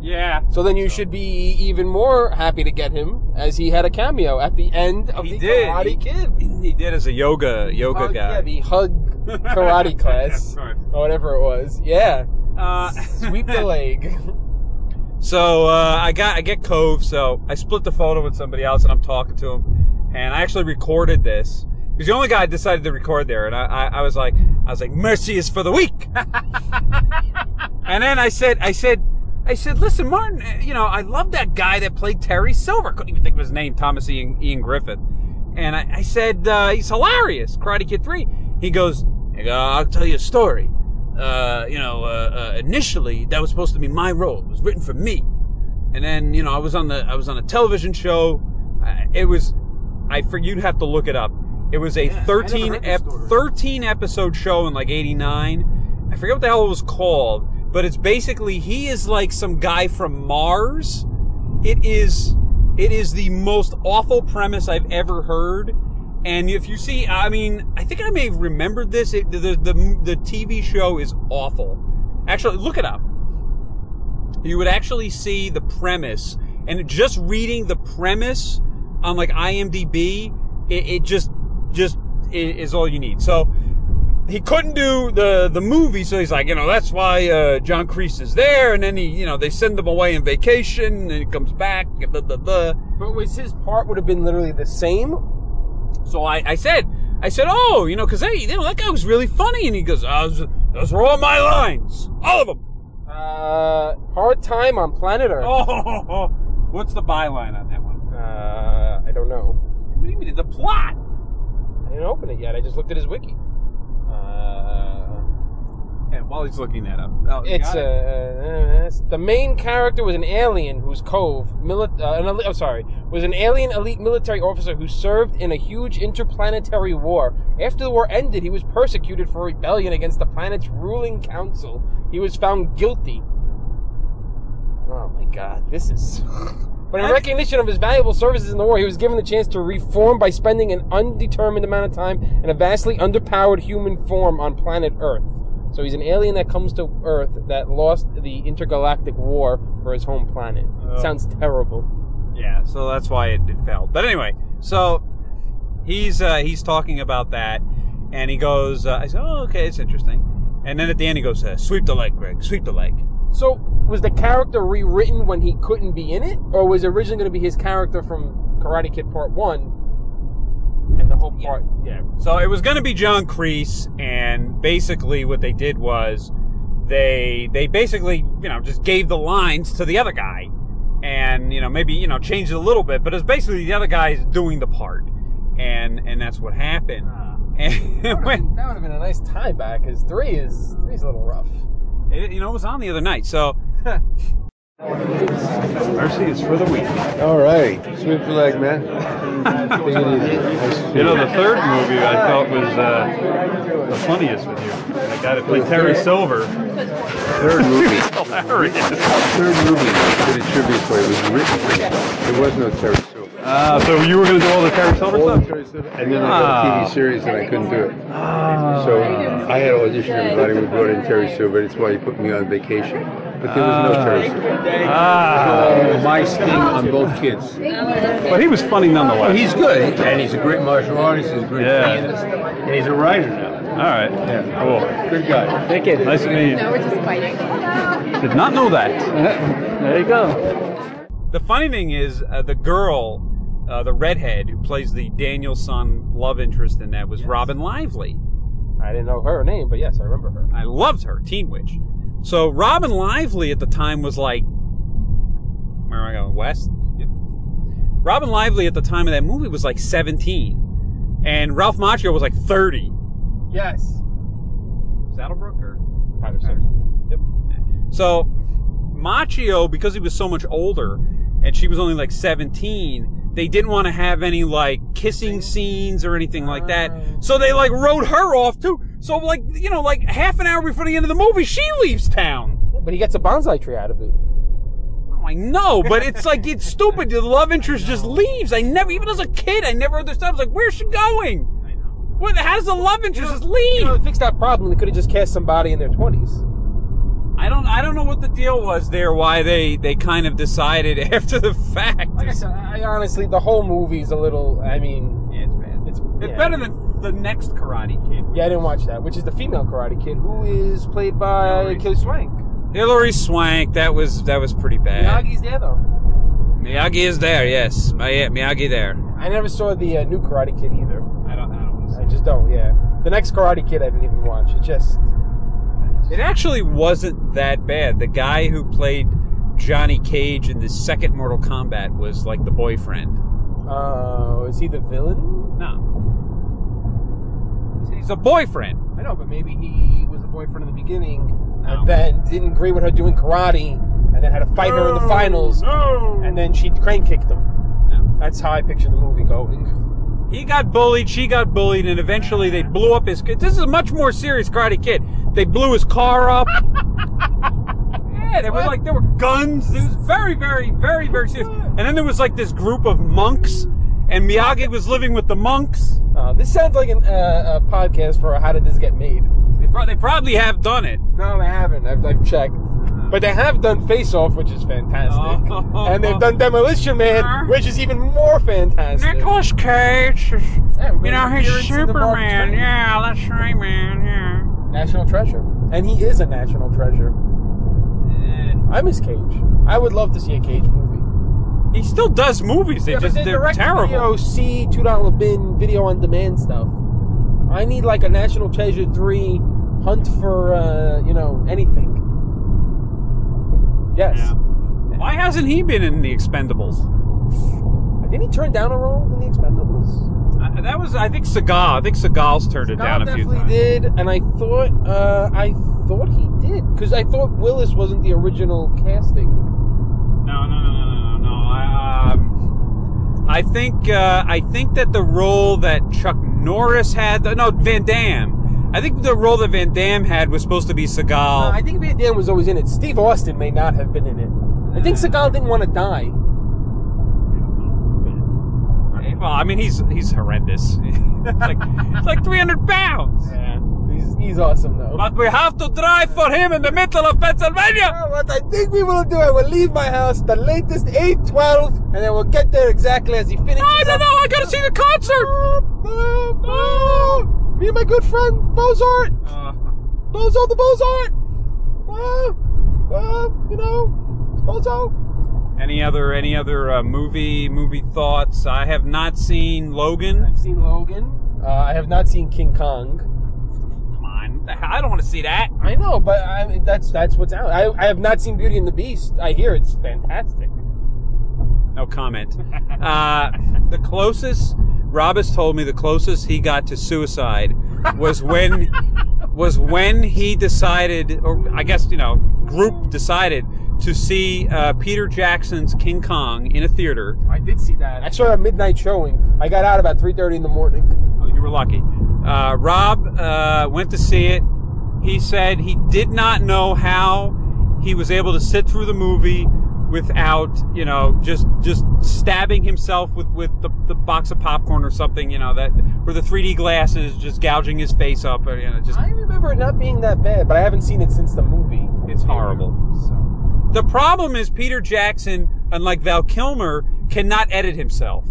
S3: Yeah.
S4: So then you should be even more happy to get him, as he had a cameo at the end of
S3: He
S4: the
S3: did.
S4: Karate Kid.
S3: He did as a yoga yoga
S4: Hug-
S3: guy.
S4: Yeah, the hug Oh, karate class
S3: Of course.
S4: or whatever it was. Yeah,
S3: Uh,
S4: Sweep the leg.
S3: So uh, I got I get Cove. So I split the photo with somebody else, and I'm talking to him. And I actually recorded this. He was the only guy I decided to record there, and I, I, I was like, I was like, mercy is for the weak. and then I said, I said, I said, listen, Martin, eh, you know, I love that guy that played Terry Silver. Couldn't even think of his name, Thomas Ian, Ian Griffith. And I, I said, uh, he's hilarious, Karate Kid 3. He goes, I go, I'll tell you a story. Uh, you know, uh, uh, initially that was supposed to be my role. It was written for me. And then, you know, I was on the, I was on a television show. I- It was, I for you'd have to look it up. It was a
S4: I never
S3: 13
S4: heard this
S3: ep-
S4: story.
S3: 13 episode show in like 89. I forget what the hell it was called, but it's basically he is like some guy from Mars. It is it is the most awful premise I've ever heard. And if you see, I mean, I think I may have remembered this. It, the, the the TV show is awful. Actually, look it up. You would actually see the premise, and just reading the premise on like IMDb, it, it just just i- is all you need. So he couldn't do the the movie, so he's like, you know, that's why uh, John Creese is there, and then he, you know, they send him away on vacation, and he comes back, blah blah blah.
S4: But was his part would have been literally the same?
S3: So I, I said, I said, oh, you know, because hey, you know, that guy was really funny, and he goes, "Ah, those, those were all my lines, all of them.
S4: Uh, hard time on planet Earth.
S3: Oh, what's the byline on that one?
S4: Uh, I don't know.
S3: What do you mean the plot?
S4: I didn't open it yet. I just looked at his wiki. Uh,
S3: Yeah, while he's looking that up, oh, you
S4: it's
S3: got
S4: uh,
S3: it?
S4: uh, it's- the main character was an alien whose cove, mili- uh, an, elite- I'm sorry, was an alien elite military officer who served in a huge interplanetary war. After the war ended, he was persecuted for rebellion against the planet's ruling council. He was found guilty. Oh my god, this is. But in
S3: I-
S4: recognition of his valuable services in the war, he was given the chance to reform by spending an undetermined amount of time in a vastly underpowered human form on planet Earth. So he's an alien that comes to Earth that lost the intergalactic war for his home planet.
S3: Oh.
S4: Sounds terrible.
S3: Yeah, so that's why it, it failed. But anyway, so he's uh, he's talking about that, and he goes, uh, I said, oh, okay, it's interesting. And then at the end, he goes, uh, sweep the leg, Greg, sweep the leg.
S4: So was the character rewritten when he couldn't be in it, or was it originally going to be his character from Karate Kid Part One? And the whole part, yeah.
S3: So it was going to be John Creese, and basically what they did was they they basically you know just gave the lines to the other guy, and you know maybe you know changed it a little bit, but it's basically the other guy's doing the part, and and that's what happened. And when-
S4: That would have been a nice tie back, because three is three's a little rough.
S3: it, you know it was on the other night, so
S2: Mercy is for the weak.
S6: All right. Sweep the leg, man. Take it easy.
S2: You know, the third movie I thought was uh, the funniest with you. The guy that played Terry Silver.
S6: Third movie.
S2: Hilarious.
S6: Third movie did a tribute for it. It was written. There was no Terry Silver.
S2: Uh, so you were going to do all the Terry Silver
S6: All the
S2: stuff?
S6: Terry Silver- And then I got a
S2: Ah.
S6: TV series and I couldn't do it. So uh, I had auditioned everybody. We brought in Terry Silver. That's why he put me on vacation. But there was no Terry Silver.
S2: Ah,
S6: My sting on both kids.
S2: but he was funny nonetheless.
S6: He's good. And he's a great martial artist. He's a great
S2: Yeah.
S6: pianist. And he's a writer now.
S2: all right. Cool.
S6: Good guy. Thank you.
S2: Nice to meet you.
S7: No, we're just fighting.
S2: Did not know that.
S6: There you go.
S3: The funny thing is, uh, the girl, uh, the redhead who plays the Danielson love interest in that was Robin Lively.
S4: I didn't know her name, but yes, I remember her.
S3: I loved her, Teen Witch. So Robin Lively at the time was like, where am I going? West. Yep. Robin Lively at the time of that movie was like 17, and Ralph Macchio was like 30.
S4: Yes.
S3: Saddlebrook or
S4: Patterson.
S3: So Machio, because he was so much older and she was only like 17, they didn't want to have any like kissing scenes Oh. or anything like that. So they like wrote her off too. So like, you know, like half an hour before the end of the movie, she leaves town.
S4: But he gets a bonsai tree out of it.
S3: I know, but it's like, it's stupid. The love interest just leaves. I never, even as a kid, I never understood. I was like, where's she going? I know. What, how does the love interest just leave?
S4: You know, to fix that problem, they could have just cast somebody in their twenties.
S3: I don't, I don't know what the deal was there, why they, they kind of decided after the fact.
S4: Like I said, I honestly, the whole movie's a little. I mean,
S3: Yeah, it's bad. It's, it's
S4: yeah.
S3: better than the next Karate Kid.
S4: yeah, I didn't watch that. Which is the female Karate Kid, who is played by
S3: Hilary.
S4: Kelly Swank.
S3: Hillary Swank. That was that was pretty bad.
S4: Miyagi's there though.
S3: Miyagi is there. Yes, Mi- Miyagi there.
S4: I never saw the uh, new Karate Kid either.
S3: I don't. I don't want to
S4: I just don't. Yeah, the next Karate Kid I didn't even watch. It just
S3: It actually wasn't that bad. The guy who played Johnny Cage in the second Mortal Kombat was like the boyfriend.
S4: uh, is he the villain?
S3: No. He's a boyfriend.
S4: I know, but maybe he was a boyfriend in the beginning,
S3: No.
S4: and then didn't agree with her doing karate, and then had to fight her in the finals, and then she crane kicked him.
S3: No.
S4: That's how I picture the movie going.
S3: He got bullied, she got bullied, and eventually they blew up his. This is a much more serious Karate Kid. They blew his car up. yeah, there was like there were guns. It was very, very, very, very serious. And then there was like this group of monks, and Miyagi was living with the monks.
S4: Uh, this sounds like an, uh, a podcast for how did this get made?
S3: They, pro- they probably have done it.
S4: No, they haven't. I've, I've checked. But they have done Face Off, which is fantastic.
S3: Uh-huh. Oh.
S4: And they've done Demolition Man, which is even more fantastic.
S3: Nicholas Cage, is-
S4: Yeah,
S3: you know he's
S4: appearance in the Mark
S3: Superman.
S4: Twain.
S3: Yeah, that's right, man. Yeah.
S4: National treasure. And he is a national treasure. I miss Cage. I would love to see a Cage movie.
S3: He still does movies. They just they're terrible.
S4: C two dollar bin video on demand stuff. I need like a National Treasure three hunt for uh, you know anything. Yes.
S3: Yeah. Why hasn't he been in the Expendables?
S4: Didn't he turn down a role in the Expendables?
S3: Uh, that was, I think, Seagal. I think Seagal's turned it down
S4: God
S3: a few
S4: definitely
S3: times.
S4: did, and I thought uh, I thought he did because I thought Willis wasn't the original casting.
S3: No, no, no, no, no, no. I, um, I think, uh, I think that the role that Chuck Norris had, no, Van Damme. I think the role that Van Damme had was supposed to be
S4: Uh,
S3: Seagal.
S4: I think Van Damme was always in it. Steve Austin may not have been in it. I think Seagal didn't want to die.
S3: well, I mean, he's he's horrendous. it's like it's like 300 pounds.
S4: Yeah, he's, he's awesome though.
S3: But we have to drive for him in the middle of Pennsylvania.
S4: Well, what I think we will do, I will leave my house the latest 8.12, and then we'll get there exactly as he finishes.
S3: I don't
S4: up.
S3: know. I gotta see the concert.
S4: Oh, oh, Me and my good friend, Bozart.
S3: Uh,
S4: Bozo the Bozart. Uh, uh, you know, Bozo.
S3: Any other any other uh, movie movie thoughts? I have not seen Logan.
S4: I've seen Logan. Uh, I have not seen King Kong.
S3: Come on, I don't want to see that.
S4: I know, but I mean, that's that's what's out. I, I have not seen Beauty and the Beast. I hear it's fantastic.
S3: No comment. Uh, the closest Robus told me the closest he got to suicide was when was when he decided, or I guess you know, group decided to see uh, Peter Jackson's King Kong in a theater.
S4: I did see that. I saw a midnight showing. I got out about 3.30 in the morning.
S3: Oh, you were lucky. Uh, Rob uh, went to see it. He said he did not know how he was able to sit through the movie without, you know, just just stabbing himself with with the, the box of popcorn or something, you know, that or the 3D glasses, just gouging his face up, or, you know, just
S4: I remember it not being that bad, but I haven't seen it since the movie.
S3: it's horrible. So. The problem is Peter Jackson, unlike Val Kilmer, cannot edit himself,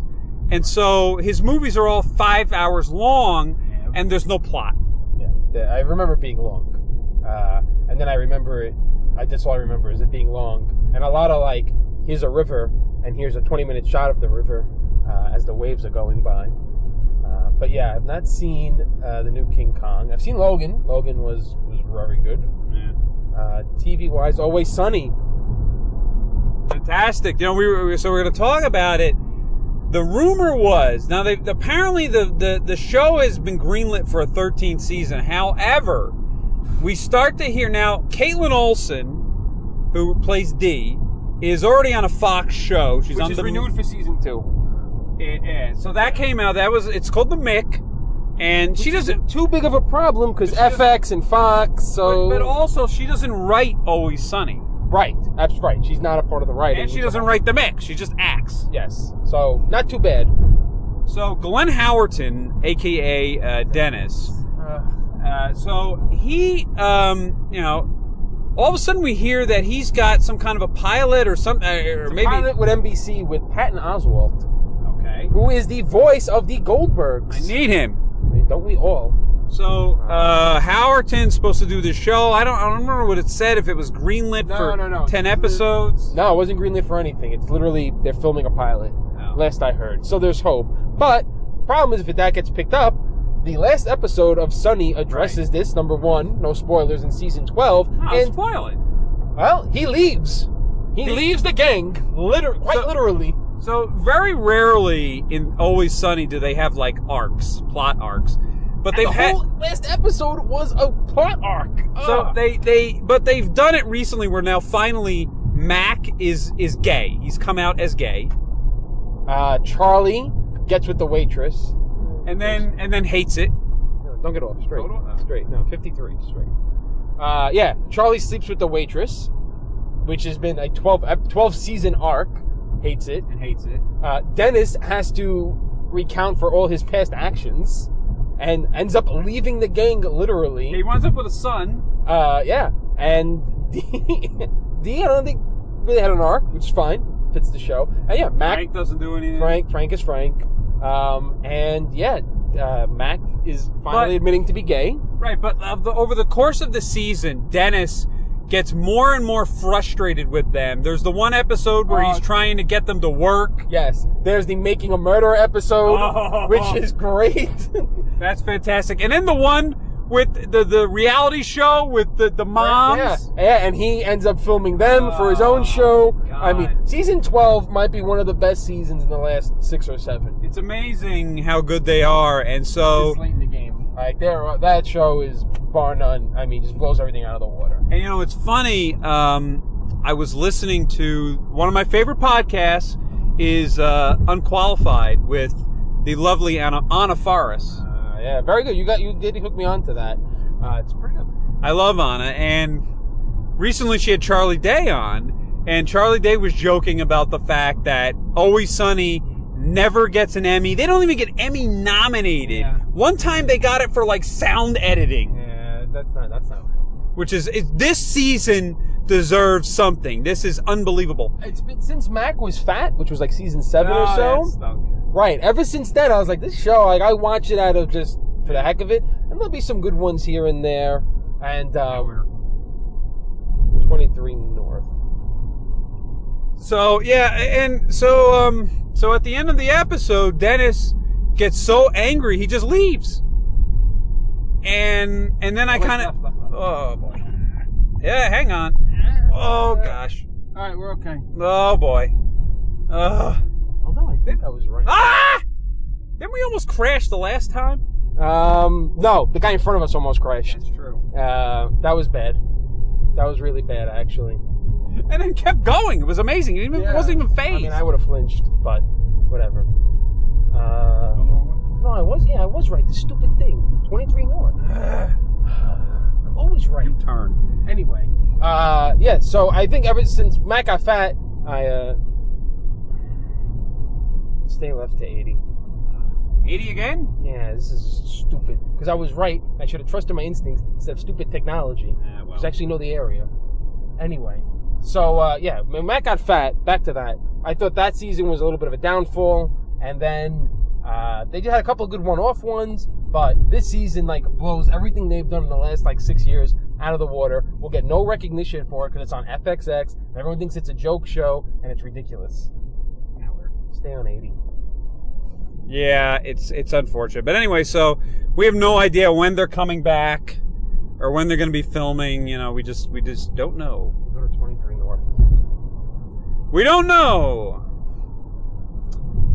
S3: and so his movies are all five hours long, and there's no plot.
S4: Yeah, the- I remember it being long, uh, and then I remember it. I, that's all I remember is it being long, and a lot of like, here's a river, and here's a 20 minute shot of the river uh, as the waves are going by. Uh, but yeah, I've not seen uh, the new King Kong. I've seen Logan. Logan was was very good. Uh, TV wise, Always Sunny.
S3: Fantastic. You know, we were so we are going to talk about it. The rumor was now they apparently the, the the show has been greenlit for a 13th season. However, we start to hear now Caitlin Olsen, who plays D, is already on a Fox show. She's on the
S4: for season two.
S3: Yeah, so that came out. That was it's called the Mick, and she doesn't.
S4: Too big of a problem because FX and Fox. So
S3: But also, she doesn't write Always Sunny,
S4: right, that's right. She's not a part of the writing.
S3: and she
S4: which-
S3: doesn't write the Mick. She just acts.
S4: Yes, so not too bad.
S3: So Glenn Howerton, aka uh, Dennis, uh, so he, um, you know, all of a sudden we hear that he's got some kind of a pilot or something, or maybe
S4: pilot with NBC with Patton Oswalt,
S3: okay.
S4: who is the voice of the Goldbergs.
S3: I need him.
S4: I mean, don't we all?
S3: So uh, Howerton's supposed to do this show. I don't. I don't remember what it said. If it was greenlit
S4: No,
S3: for
S4: no, no.
S3: ten
S4: It's lit-
S3: episodes.
S4: No, it wasn't greenlit for anything. It's literally they're filming a pilot.
S3: Oh.
S4: Last I heard, so there's hope. But problem is, if that gets picked up, the last episode of Sunny addresses this. Number one, no spoilers in season twelve,
S3: No,
S4: and
S3: spoil it.
S4: well, he leaves. He, leaves the gang, liter- quite
S3: So-
S4: literally.
S3: So very rarely in Always Sunny do they have like arcs, plot arcs, but they've
S4: the
S3: had.
S4: whole last episode was a plot arc. Ah.
S3: So
S4: Ugh.
S3: they they but they've done it recently where now finally Mac is is gay. He's come out as gay.
S4: uh, Charlie gets with the waitress.
S3: And then and then hates it.
S4: No, don't get off straight.
S3: Hold on.
S4: Straight. No, fifty-three straight. Uh, yeah, Charlie sleeps with the waitress, which has been a 12, ep- 12 season arc. Hates it.
S3: And hates it.
S4: Uh, Dennis has to recount for all his past actions, and ends up leaving the gang literally.
S3: He winds up with a son.
S4: Uh, yeah. And D, D, I don't think really had an arc, which is fine. Fits the show. And yeah, Mac,
S3: Frank doesn't do anything.
S4: Frank, Frank is Frank. Um, and yeah, uh, Mac is finally
S3: But-
S4: admitting to be gay.
S3: Right, but of the, over the course of the season, Dennis gets more and more frustrated with them. There's the one episode where he's
S4: Oh.
S3: trying to get them to work.
S4: Yes. There's the making a murderer episode,
S3: Oh.
S4: which is great.
S3: That's fantastic. And then the one with the, the reality show with the, the moms. Oh,
S4: Yeah. yeah, and he ends up filming them for his own show. I mean,
S3: God.
S4: season 12 might be one of the best seasons in the last six or seven.
S3: It's amazing how good they are, and so
S4: It's late in the game. Like, there, that show is bar none. I mean, just blows everything out of the water.
S3: and you know it's funny. Um, I was listening to one of my favorite podcasts is uh, Unqualified with the lovely Anna Anna Faris.
S4: Uh, yeah, very good. You got you did hook me on to that. Uh, it's pretty good.
S3: I love Anna, and recently she had Charlie Day on, and Charlie Day was joking about the fact that Always Sunny never gets an Emmy. They don't even get Emmy nominated.
S4: Yeah.
S3: One time they got it for like sound editing.
S4: Yeah, that's not that's not.
S3: which is it, this season deserves something. This is unbelievable.
S4: It's been since Mac was fat, which was like season seven
S3: Oh,
S4: or so. Right. Ever since then, I was like, this show. Like, I watch it out of just for the heck of it, and there'll be some good ones here and there. And um, twenty three North.
S3: So yeah, and so um, so at the end of the episode, Dennis gets so angry he just leaves, and and then I
S4: wait,
S3: kind
S4: left,
S3: of
S4: left, left.
S3: oh boy, yeah, hang on, oh gosh,
S4: All right, we're okay.
S3: oh boy, Ugh.
S4: Although I think I was right.
S3: ah, didn't we almost crash the last time?
S4: Um, no, the guy in front of us almost crashed.
S3: true.
S4: Uh, that was bad. That was really bad, actually.
S3: And then kept going. It was amazing. It even,
S4: Yeah.
S3: wasn't even phased.
S4: I mean, I would have flinched, but whatever. Uh, no, I was. Yeah, I was right. This stupid thing. Twenty-three north. I'm always right.
S3: turn.
S4: Anyway. Uh, yeah. So I think ever since Mac got fat, I uh, stay left to eighty.
S3: 80 again?
S4: Yeah, this is stupid. Because I was right. I should have trusted my instincts instead of stupid technology.
S3: Yeah, well.
S4: 'Cause I actually know the area. Anyway, so uh, yeah, when Matt got fat. Back to that. I thought that season was a little bit of a downfall, and then uh, they just had a couple of good one-off ones. But this season, like, blows everything they've done in the last like six years out of the water. We'll get no recognition for it because it's on FXX. And everyone thinks it's a joke show, and it's ridiculous. Stay on eighty.
S3: Yeah, it's it's unfortunate. But anyway, so we have no idea when they're coming back or when they're going to be filming, you know, we just we just don't know.
S4: Go to twenty-three north.
S3: We don't know.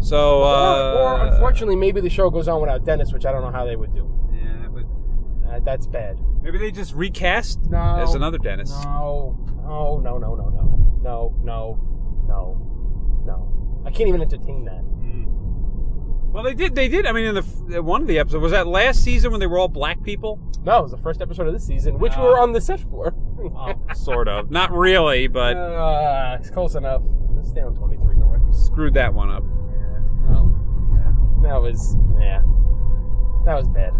S3: So uh
S4: or, or unfortunately, maybe the show goes on without Dennis, which I don't know how they would do.
S3: yeah, but
S4: Uh, that's bad.
S3: maybe they just recast
S4: No.
S3: as another Dennis.
S4: No, Oh, no, no, no, no, no, no, no, no, no. I can't even entertain that.
S3: Well, they did. They did. I mean, in the f- one of the episodes was that last season when they were all black people.
S4: No, it was the first episode of this season, which we were on the set for. Oh.
S3: Oh. sort of. Not really, but
S4: uh, it's close enough. Let's stay on 23 North.
S3: screwed that one up.
S4: Well, that was, yeah. That was bad.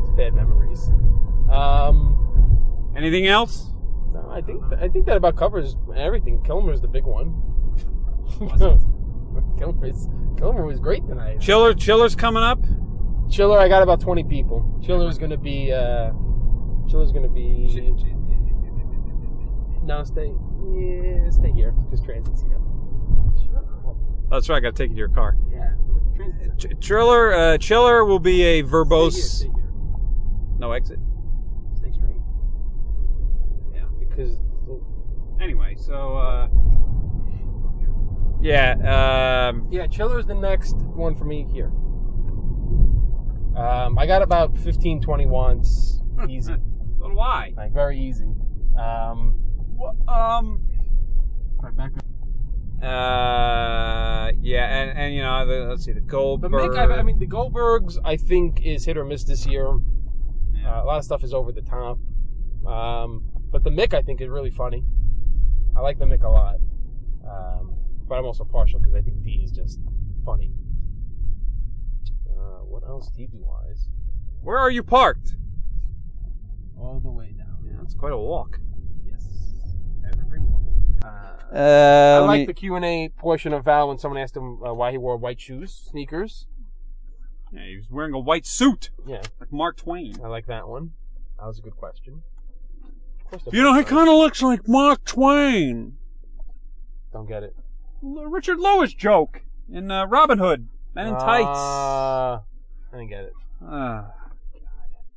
S4: It's bad memories. Um,
S3: Anything else?
S4: no, I think I think that about covers everything. Kilmer's the big one. Kilmer's, Kilmer was great tonight.
S3: Chiller Chiller's coming up.
S4: Chiller, I got about 20 people. Chiller's gonna be, uh, Chiller's gonna be, no, stay, yeah, stay here, because transit's here.
S3: Oh, That's right. I got to take you to your car.
S4: Yeah.
S3: Ch- Triller, uh, Chiller will be a verbose.
S4: Stay here,
S3: No exit.
S4: stay here, stay straight.
S3: Yeah.
S4: Because,
S3: Anyway, so uh, yeah, um,
S4: yeah, Chiller's the next one for me here. Um, I got about 15, 20 wants, easy,
S3: but why?
S4: like very easy. Um,
S3: Wh- Um,
S4: right back up.
S3: uh, yeah, and, and you know, the, let's see, the
S4: But
S3: Goldberg.
S4: Mick, I, I mean, the Goldbergs, I think, is hit or miss this year.
S3: Yeah.
S4: Uh, a lot of stuff is over the top. Um, but the Mick, I think, is really funny. I like the Mick a lot. Um, but I'm also partial because I think D is just funny. Uh, what else TV wise?
S3: where are you parked?
S4: All the way down.
S3: Yeah, that's quite a walk.
S4: Yes. Uh, I
S7: Uh, let
S4: like
S7: me-
S4: the Q and A portion of Val when someone asked him uh, why he wore white shoes, sneakers.
S3: Yeah, he was wearing a white suit
S4: Yeah,
S3: like Mark Twain.
S4: I like that one. That was a good question. Of course, they're
S3: You know, he
S4: both
S3: kind of looks like Mark Twain.
S4: right. don't get it.
S3: L- Richard Lois joke in uh, Robin Hood, Men in Tights.
S4: Ah, I didn't get it.
S3: Uh,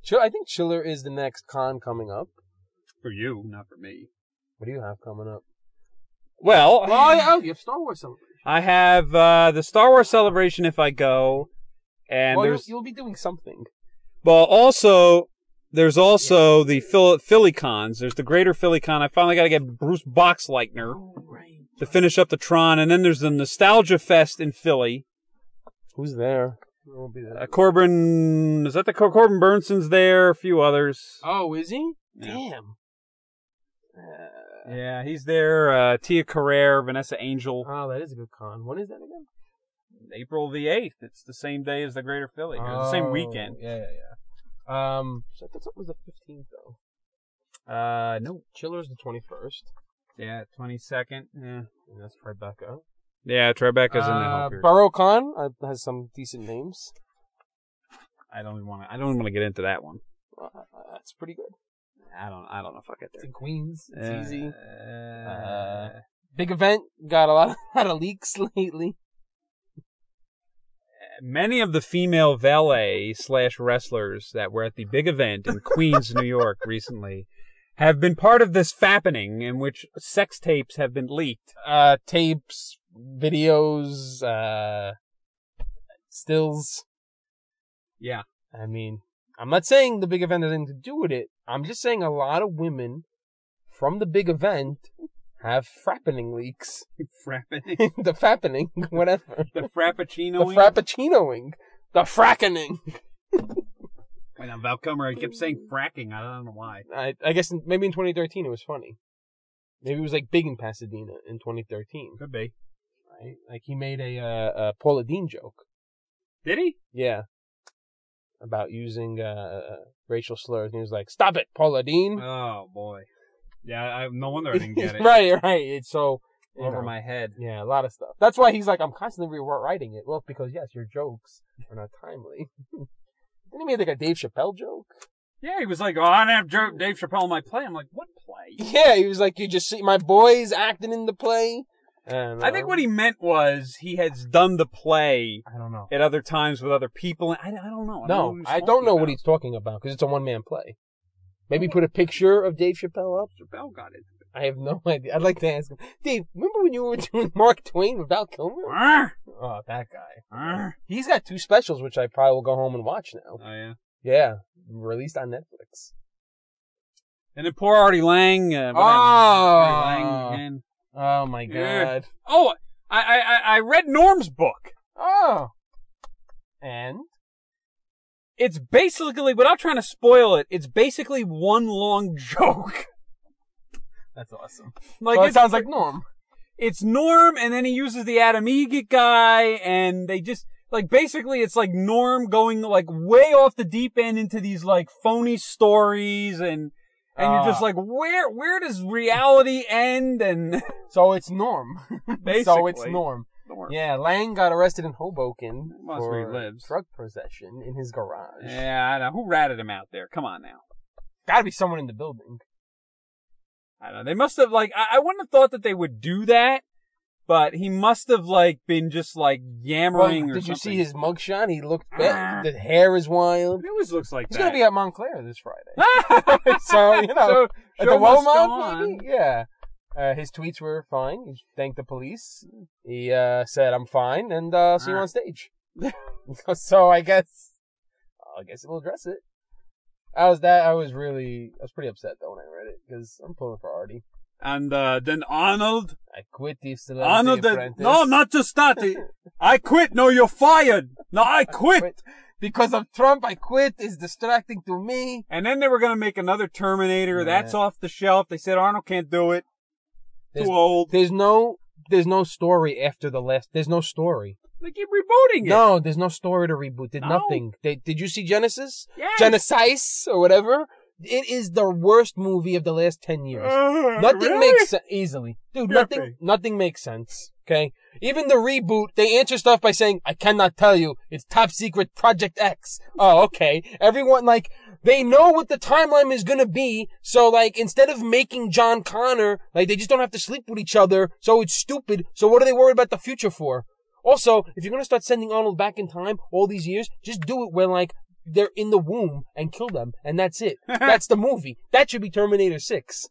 S4: Chill, I think Chiller is the next con coming up.
S3: for you, not for me.
S4: What do you have coming up?
S3: Well,
S4: Oh, yeah, oh, you have Star Wars celebration.
S3: I have uh, the Star Wars celebration if I go, and
S4: well, you'll,
S3: there's
S4: you'll be doing something.
S3: well also there's also the Phil- Philly cons. There's the Greater Philly Con. I finally got to get Bruce
S4: Oh,
S3: Boxleitner to finish up the Tron, and then there's the Nostalgia Fest in Philly.
S4: Who's there? Who'll be there?
S3: Uh, Corbin is that the Cor- Corbin Burnson's there? A few others.
S4: Oh, is he?
S3: Yeah.
S4: Damn.
S3: Yeah, he's there. Uh, Tia Carrere, Vanessa Angel.
S4: Oh, that is a good con. When is that again?
S3: April the eighth. It's the same day as the Greater Philly. or the same
S4: Oh,
S3: weekend.
S4: Yeah, yeah, yeah. Um, so I thought something was the fifteenth though.
S3: Uh, no.
S4: Chiller's the twenty-first,
S3: Yeah, twenty second. Yeah.
S4: and eh, that's Tribeca.
S3: Yeah, Tribeca's in the
S4: uh,
S3: whole period.
S4: Barocon uh, has some decent names.
S3: I don't even want to. I don't even want to get into that one.
S4: Uh, that's pretty good.
S3: I don't. I don't know if I get
S4: It's
S3: there.
S4: in Queens. It's
S3: Uh,
S4: easy.
S3: uh,
S4: Big event. Got a lot, lot of leaks lately.
S3: many of the female valet slash wrestlers that were at the big event in Queens, New York, recently, have been part of this fappening in which sex tapes have been leaked.
S4: Uh, tapes, videos, uh, stills.
S3: Yeah.
S4: I mean, I'm not saying the big event has anything to do with it. I'm just saying a lot of women from the big event have frappening leaks.
S3: Frappening.
S4: the fappening, whatever.
S3: The
S4: The
S3: frappuccino.
S4: frappuccinoing. The frackening.
S3: Wait, on Val Kilmer, I kept saying fracking. I don't know why.
S4: I, I guess in, maybe in 2013 it was funny. Maybe it was like big in Pasadena in 2013.
S3: Could be.
S4: Right? Like he made a, uh, a Paula Dean joke.
S3: Did he?
S4: Yeah. About using uh, racial slurs. And he was like, stop it, Paula Dean.
S3: Oh boy. Yeah. I, no wonder I didn't get it.
S4: right, right. It's so. you
S3: Over
S4: know.
S3: my head.
S4: Yeah, a lot of stuff. That's why he's like, I'm constantly rewriting it. Well, because yes, your jokes are not timely. Didn't he make like a Dave Chappelle joke?
S3: Yeah, he was like, "Oh, I don't have Joe- Dave Chappelle in my play." I'm like, "What play?"
S4: Yeah, he was like, you just see my boys acting in the play. And, uh,
S3: I think what he meant was he has done the play
S4: I don't know.
S3: at other times with other people. I, I don't know.
S4: No, I don't know what he's talking about because it's a one man play. Maybe put a picture of Dave Chappelle up.
S3: Bell got it.
S4: I have no idea. I'd like to ask him, Dave. Remember when you were doing Mark Twain with Val Kilmer?
S3: Arr,
S4: Oh, that guy.
S3: arr.
S4: He's got two specials, which I probably will go home and watch now.
S3: Oh yeah.
S4: Yeah, released on Netflix.
S3: And then poor Artie Lang. Uh, whatever.
S4: Oh.
S3: Artie Lang again.
S4: Oh my
S3: Yeah.
S4: god.
S3: Oh, I, I I- I read Norm's book.
S4: Oh. And
S3: It's basically without trying to spoil it. It's basically one long joke.
S4: that's awesome.
S3: Like
S4: well, it
S3: it's-
S4: sounds like Norm.
S3: it's Norm, and then he uses the Adam Egit guy, and they just like basically it's like Norm going like way off the deep end into these like phony stories, and and you're just
S4: Ah.
S3: like, where where does reality end? And
S4: So it's Norm. so it's
S3: Basically.
S4: Norm.
S2: Don't worry.
S4: Yeah, Lang got arrested in Hoboken
S3: Must
S4: for
S3: relives.
S4: drug possession in his garage.
S3: Yeah, I know. Who ratted him out there? Come on now.
S4: Got to be someone in the building.
S3: I don't know. They must have like I, I wouldn't have thought that they would do that, but he must have like been just like
S4: Well,
S3: yammering or
S4: did you
S3: something. Ah.
S4: see his mugshot? He looked bad. the hair is wild.
S3: It always looks like
S4: He's
S3: that.
S4: gonna be at Montclair this Friday.
S3: be
S4: so, you know, at the
S3: show must go
S4: Walmart,
S3: on.
S4: maybe? Yeah. Uh, his tweets were fine. He thanked the police. He uh, said, "I'm fine," and uh,
S3: Ah.
S4: see you on stage. so I guess, I guess we'll address it. I was that. I was really, I was pretty upset though when I read it because I'm pulling for Artie.
S3: And uh, then Arnold,
S4: I quit the celebrity
S3: Arnold, then,
S4: apprentice.
S3: Ah, no, not just that. I quit. No, you're fired. No, I quit.
S4: Quit. because of Trump. I quit is distracting to me.
S3: And then they were gonna make another Terminator. That's off the shelf. They said Arnold can't do it.
S4: There's-
S3: Too old.
S4: There's no, there's no story after the last. There's no story.
S3: They keep rebooting it.
S4: No, there's no story to reboot. Did
S3: No.
S4: nothing. They, did you see Genesis?
S3: Yes.
S4: Genesis or whatever. It is the worst movie of the last ten years.
S3: Uh,
S4: nothing
S3: really?
S4: makes sense easily, dude. Nothing.
S3: Jeffrey.
S4: Nothing makes sense. Okay. Even the reboot, they answer stuff by saying, "I cannot tell you. It's top secret Project X." Oh, okay. Everyone like they know what the timeline is gonna be. So like instead of making John Connor, like they just don't have to sleep with each other. So it's stupid. So what are they worried about the future for? Also, if you're gonna start sending Arnold back in time all these years, just do it where like they're in the womb and kill them, and that's it. that's the movie. That should be Terminator Six.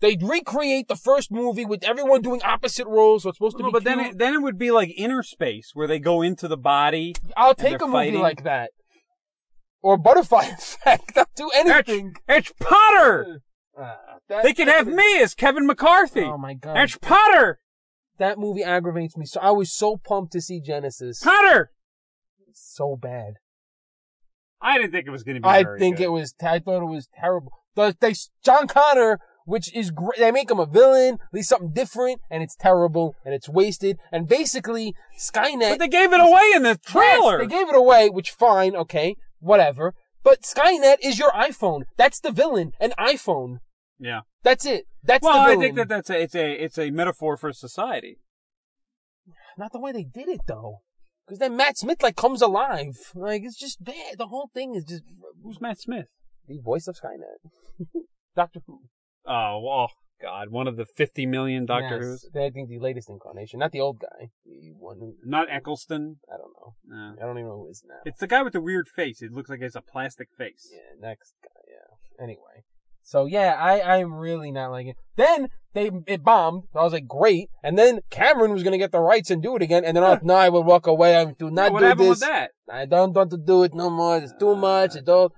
S4: They recreate the first movie with everyone doing opposite roles, so it's supposed to
S3: No,
S4: be.
S3: but then
S4: cute.
S3: it, then it would be like inner space where they go into the body.
S4: I'll
S3: they're
S4: take a movie
S3: fighting.
S4: like that, or Butterfly Effect. I'll do
S3: It's,
S4: anything.
S3: it's Potter.
S4: Ah, that-
S3: They could have me as Kevin McCarthy.
S4: Oh my god,
S3: It's Potter.
S4: that movie aggravates me. So I was so pumped to see Genesis,
S3: Potter.
S4: so bad.
S3: I didn't think it was going to be.
S4: I
S3: very
S4: think
S3: good.
S4: it was. I thought it was terrible. The, they John Connor, which is great. They make him a villain, at least something different, and it's terrible and it's wasted. And basically, Skynet.
S3: But they gave it away in the trailer.
S4: Yes, they gave it away, which fine, okay, whatever. But Skynet is your iPhone. That's the villain, an iPhone.
S3: yeah.
S4: That's it. That's
S3: Well,
S4: the
S3: I
S4: villain.
S3: think that that's a, it's a it's a metaphor for society.
S4: Not the way they did it though. Because then Matt Smith like comes alive. Like it's just bad. The whole thing is just
S3: Who's Matt Smith?
S4: the voice of Skynet, Doctor Who.
S3: Oh, well, God, one of the fifty million Doctor Who's.
S4: Yes, I think the latest incarnation, not the old guy. The one who
S3: Not Eccleston.
S4: I don't know.
S3: No.
S4: I don't even know who it is now.
S3: It's the guy with the weird face. It looks like it's a plastic face.
S4: Yeah, next guy. Yeah. Anyway, so yeah, I I'm really not liking. It. Then they it bombed. So I was like, great. And then Cameron was gonna get the rights and do it again. And then I was, no, I will walk away. I do not
S3: what
S4: do
S3: happened
S4: this.
S3: with that? Ah,
S4: I don't want to do it no more. It's too much. It's all.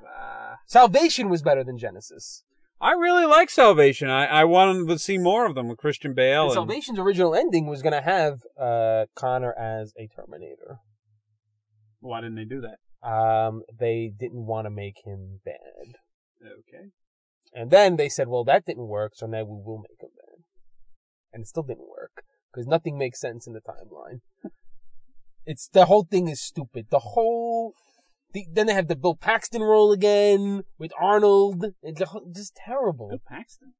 S4: Salvation was better than Genesis.
S3: I really like Salvation. I, I wanted to see more of them with Christian Bale.
S4: And
S3: and-
S4: Salvation's original ending was gonna have uh Connor as a Terminator.
S3: Why didn't they do that?
S4: Um, they didn't want to make him bad.
S3: Okay.
S4: And then they said, well, that didn't work, so now we will make them bad. And it still didn't work because nothing makes sense in the timeline. It's the whole thing is stupid. The whole. The, then they have the Bill Paxton role again with Arnold. It's a whole- just terrible.
S3: Bill Paxton.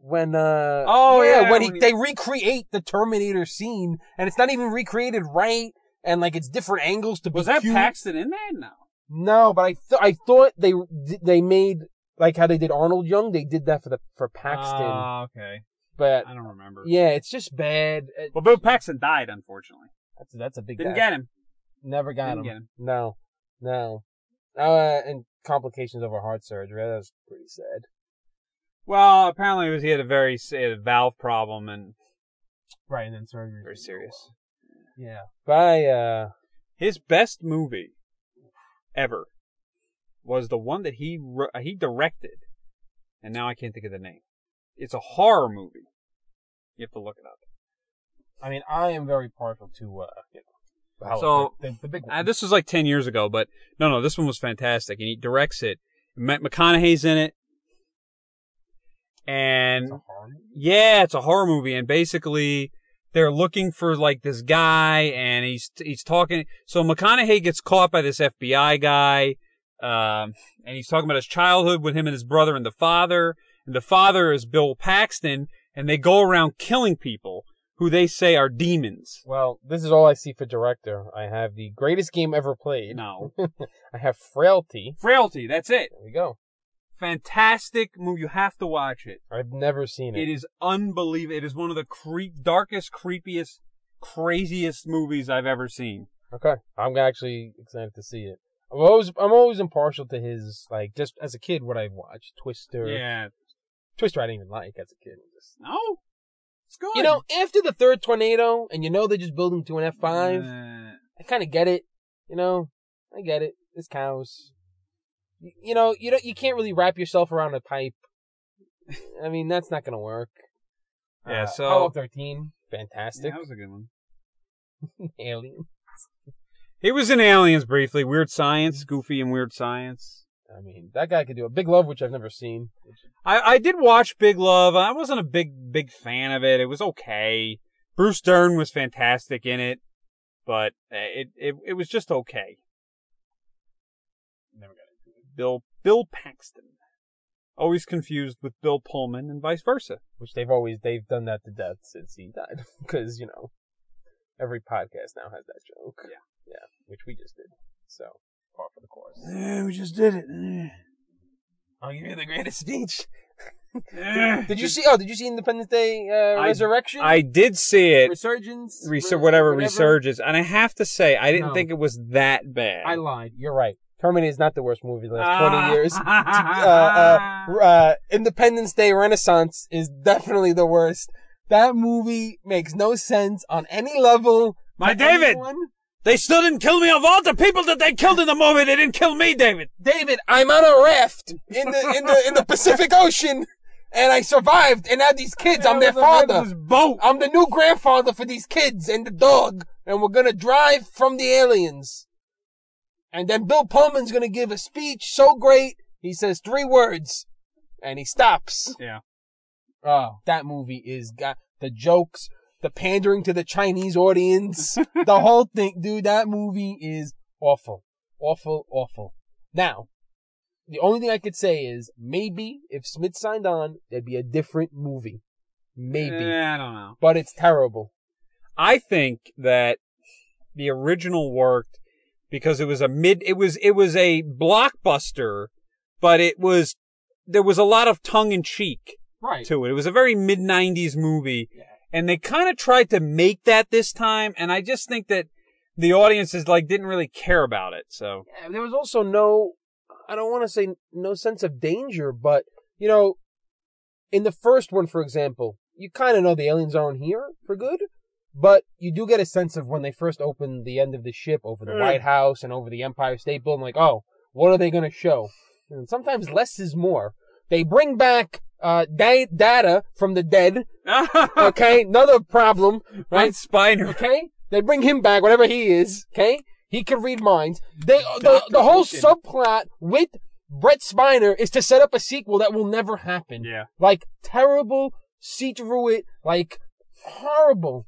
S4: When uh
S3: Oh, yeah,
S4: when,
S3: when
S4: he,
S3: he-
S4: they recreate the Terminator scene and it's not even recreated right and like it's different angles to be
S3: Was that
S4: cute.
S3: Paxton in that? No.
S4: No, but I th- I thought they they made like how they did Arnold Young. They did that for the for Paxton,
S3: Ah, okay.
S4: but
S3: I don't remember.
S4: yeah, it's just bad. It-
S3: Well, Bill Paxton died, unfortunately.
S4: that's that's a big.
S3: Didn't
S4: gap.
S3: get him.
S4: Never got
S3: didn't
S4: him.
S3: get him.
S4: No, no. Uh, and complications of a heart surgery. That was pretty sad.
S3: Well, apparently it was he had a very s- he had a valve problem and
S4: Right, and then surgery.
S3: very serious.
S4: Yeah. By uh,
S3: His best movie ever was the one that he wr- he directed, and now I can't think of the name. It's a horror movie. You have to look it up.
S4: I mean, I am very partial to uh, you know,
S3: So-
S4: the, the big
S3: Uh,
S4: one.
S3: this was like 10 years ago, but no, no, this one was fantastic. And he directs it. Matt McConaughey's in it. And
S4: It's a horror movie?
S3: yeah, it's a horror movie. And basically they're looking for like this guy and he's, he's talking. So McConaughey gets caught by this FBI guy. Um, and he's talking about his childhood with him and his brother and the father. And the father is Bill Paxton and they go around killing people who they say are demons.
S4: Well, this is all I see for director. I have the greatest game ever played.
S3: No.
S4: I have Frailty.
S3: Frailty, that's it.
S4: There we go.
S3: Fantastic movie. You have to watch it.
S4: I've never seen
S3: It
S4: it.
S3: is unbelievable. It is one of the creep, darkest, creepiest, craziest movies I've ever seen.
S4: Okay, I'm actually excited to see it. I'm always I'm always impartial to his like just as a kid what I watched Twister.
S3: Yeah.
S4: Twister I didn't even like as a kid. Just-
S3: No. It's good.
S4: you know, after the third tornado, and you know they're just building to an F five.
S3: Uh,
S4: I kind of get it. You know, I get it. It's cows. Y- You know, you don't, you can't really wrap yourself around a pipe. I mean, that's not gonna work.
S3: Yeah,
S4: Uh,
S3: so-
S4: Apollo thirteen, fantastic.
S3: that was a good one.
S4: Alien.
S3: He was in Aliens briefly. Weird Science, Goofy and Weird Science.
S4: I mean, that guy could do a big love, which I've never seen.
S3: I, I did watch Big Love. I wasn't a big, big fan of it. It was okay. Bruce Dern was fantastic in it, but uh, it, it, it was just okay. Never got into it. Bill, Bill Paxton. Always confused with Bill Pullman and vice versa.
S4: which they've always they've done that to death since he died because you know every podcast now has that joke yeah yeah which we just did so par for the course
S3: Yeah, we just did it.
S4: i'll give Oh, you the greatest speech
S3: did
S4: did you see oh did you see independence day uh,
S3: I-
S4: resurrection
S3: I did see it.
S4: resurgence
S3: Res-
S4: Re-
S3: whatever, resurges, and I have to say, I didn't
S4: No.
S3: think it was that bad.
S4: i lied you're right terminator is not the worst movie of the last 20
S3: Ah.
S4: years uh, uh, uh, independence day renaissance is definitely the worst that movie makes no sense on any level
S3: My
S4: to
S3: David!
S4: anyone.
S3: They still didn't kill me. Of all the people that they killed in the movie, they didn't kill me, David.
S4: David, I'm on a raft in the in the in the Pacific Ocean, and I survived. And now these kids, I'm their father.
S3: boat.
S4: I'm the new grandfather for these kids and the dog, and we're gonna drive from the aliens. And then Bill Pullman's gonna give a speech so great he says three words, and he stops.
S3: Yeah.
S4: Oh, that movie is got the jokes, the pandering to the Chinese audience, the whole thing, dude. That movie is awful, awful, awful. Now, the only thing I could say is maybe if Smith signed on, there'd be a different movie, maybe,
S3: Eh, I don't know.
S4: but it's terrible.
S3: I think that the original worked because it was a mid. It was it was a blockbuster, but it was there was a lot of tongue in cheek
S4: Right.
S3: to it. It was a very mid '90s movie, and they kind of tried to make that this time. And I just think that the audiences like didn't really care about it. So
S4: Yeah, there was also no I don't want to say no sense of danger, but you know, in the first one, for example, you kind of know the aliens aren't here for good, but you do get a sense of when they first open the end of the ship over the White House and over the Empire State Building, like, oh, what are they going to show? And sometimes less is more. They bring back uh, da- data from the dead. Okay, another problem, right?
S3: Brent Spiner.
S4: Okay? They bring him back, whatever he is, okay? He can read minds. They the,
S3: Dr.
S4: the whole
S3: Wilson.
S4: subplot with Brett Spiner is to set up a sequel that will never happen.
S3: Yeah.
S4: Like terrible, see through it, like horrible.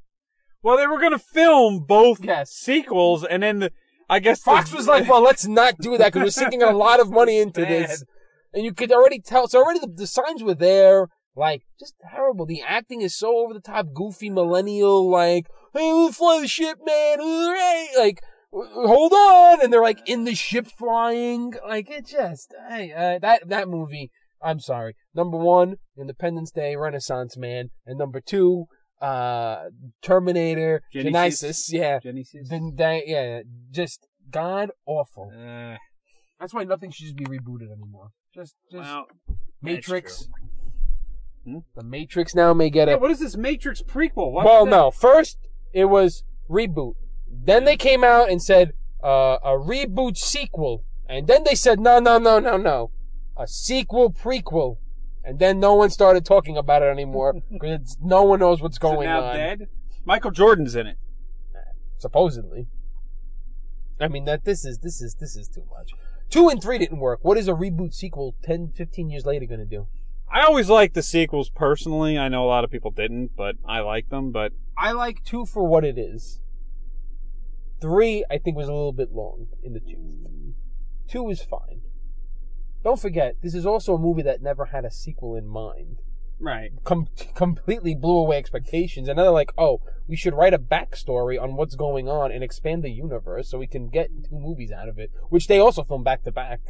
S3: Well, they were going to film both
S4: Yes.
S3: sequels, and then the, I guess the-
S4: Fox was like, well, let's not do that because we're sinking a lot of money into this. And you could already tell, so already the, the signs were there, like, just terrible. The acting is so over the top, goofy, millennial, like, hey, we'll fly the ship, man, hooray! Like, w- w- hold on! And they're like in the ship flying. Like, it just, hey, uh, that, that movie, I'm sorry. Number one, Independence Day, Renaissance Man. And number two, uh, Terminator, Genesis. Yeah.
S3: Genesis.
S4: Then they, yeah, just god awful.
S3: Uh,
S4: That's why nothing should just be rebooted anymore. Just, just
S3: well,
S4: Matrix.
S3: true. Hmm?
S4: The Matrix now may get
S3: yeah,
S4: a.
S3: what is this Matrix prequel? Why
S4: well,
S3: would
S4: no. First, it was reboot. Then they came out and said uh, a reboot sequel, and then they said no, no, no, no, no, a sequel prequel, and then no one started talking about it anymore because no one knows what's
S3: that- is it
S4: going
S3: now
S4: on.
S3: dead? Michael Jordan's in it.
S4: supposedly. I mean that this is this is this is too much. Two and three didn't work. What is a reboot sequel 10, 15 years later going to do?
S3: I always liked the sequels personally. I know a lot of people didn't, but I like them. But
S4: I like two for what it is. Three, I think, was a little bit long in the tooth. Two is fine. Don't forget, this is also a movie that never had a sequel in mind.
S3: Right.
S4: com- completely blew away expectations. And now they're like, oh, we should write a backstory on what's going on and expand the universe so we can get two movies out of it, which they also filmed back to back.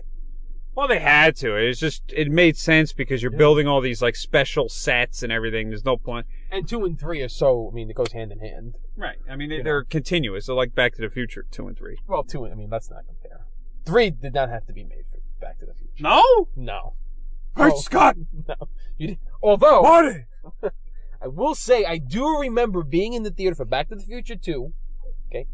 S3: Well, they had to. It's just it made sense because you're building all these like special sets and everything. There's no point.
S4: And two and three are so, I mean, it goes hand in hand.
S3: Right. I mean, they, they're continuous. They're like Back to the Future two and three.
S4: Well, two, I mean, let's not compare. Three did not have to be made for Back to the Future.
S3: No.
S4: No.
S3: Hey
S4: Oh.
S3: Scott,
S4: No. You did Although,
S3: Marty.
S4: I will say, I do remember being in the theater for Back to the Future 2. Okay.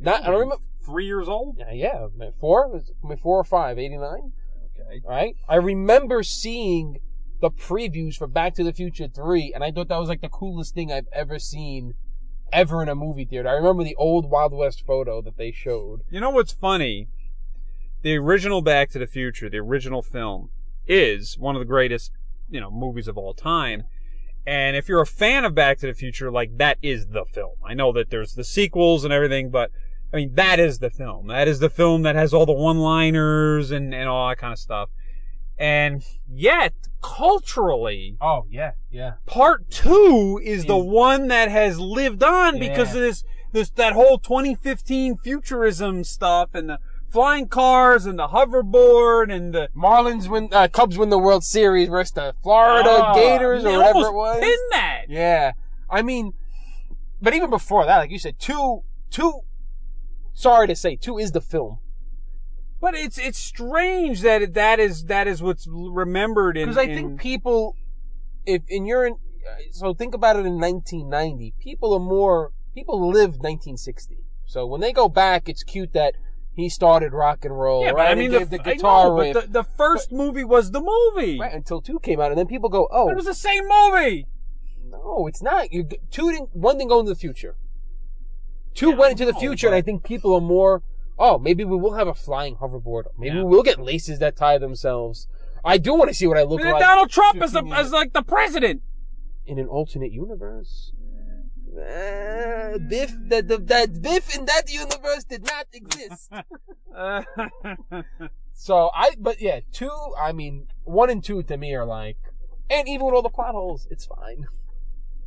S4: Not, I don't remember.
S3: Three years old.
S4: Yeah, yeah, man, four, was it four or five, eighty nine.
S3: Okay.
S4: All right, I remember seeing the previews for Back to the Future Three, and I thought that was like the coolest thing I've ever seen, ever in a movie theater. I remember the old Wild West photo that they showed.
S3: You know what's funny? The original Back to the Future, the original film, is one of the greatest, you know, movies of all time. And if you're a fan of Back to the Future, like that is the film. I know that there's the sequels and everything, but I mean that is the film. That is the film that has all the one-liners and and all that kind of stuff. And yet, culturally,
S4: Oh yeah, yeah.
S3: part two is the
S4: Is-
S3: one that has lived on because of
S4: Yeah.
S3: this, this, that whole 2015 futurism stuff and the flying cars and the hoverboard and the
S4: Marlins win, uh, Cubs win the World Series versus the Florida
S3: Ah,
S4: Gators
S3: they
S4: or whatever
S3: almost
S4: it was.
S3: Pinned that.
S4: Yeah, I mean, but even before that, like you said, two, two. Sorry to say, two is the film.
S3: But it's it's strange that it, that is that is what's remembered in
S4: because I
S3: in-
S4: think people, if in your in- uh, so think about it in 1990, people are more people lived 1960. So when they go back, it's cute that he started rock and roll,
S3: yeah, but
S4: right?
S3: I
S4: And
S3: mean
S4: he
S3: the,
S4: gave the,
S3: I know,
S4: guitar riff,
S3: but the, the first movie was the movie.
S4: right? Until two came out, and then people go, "Oh,
S3: It was the same movie.
S4: no, it's not." You g- two didn't one didn't go into the future. Two went into the future, and I think people are more. Oh, maybe we will have a flying hoverboard. Maybe
S3: Yeah.
S4: we will get laces that tie themselves. I do want to see what I look
S3: And then
S4: like.
S3: Donald Trump is, the,
S4: 15
S3: is like the president.
S4: in an alternate universe. Uh, Biff, that the, that Biff in that universe did not exist.
S3: Uh,
S4: so I, but yeah, two. I mean, one and two to me are like, and even with all the plot holes, it's fine.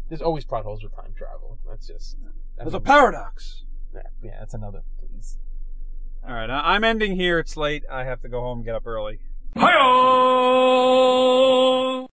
S4: There's always plot holes with time travel. That's just I
S3: there's a
S4: mean,
S3: paradox.
S4: yeah, yeah, that's another. Please.
S3: All right, I- I'm ending here. It's late. I have to go home and get up early.
S7: Hi-oh!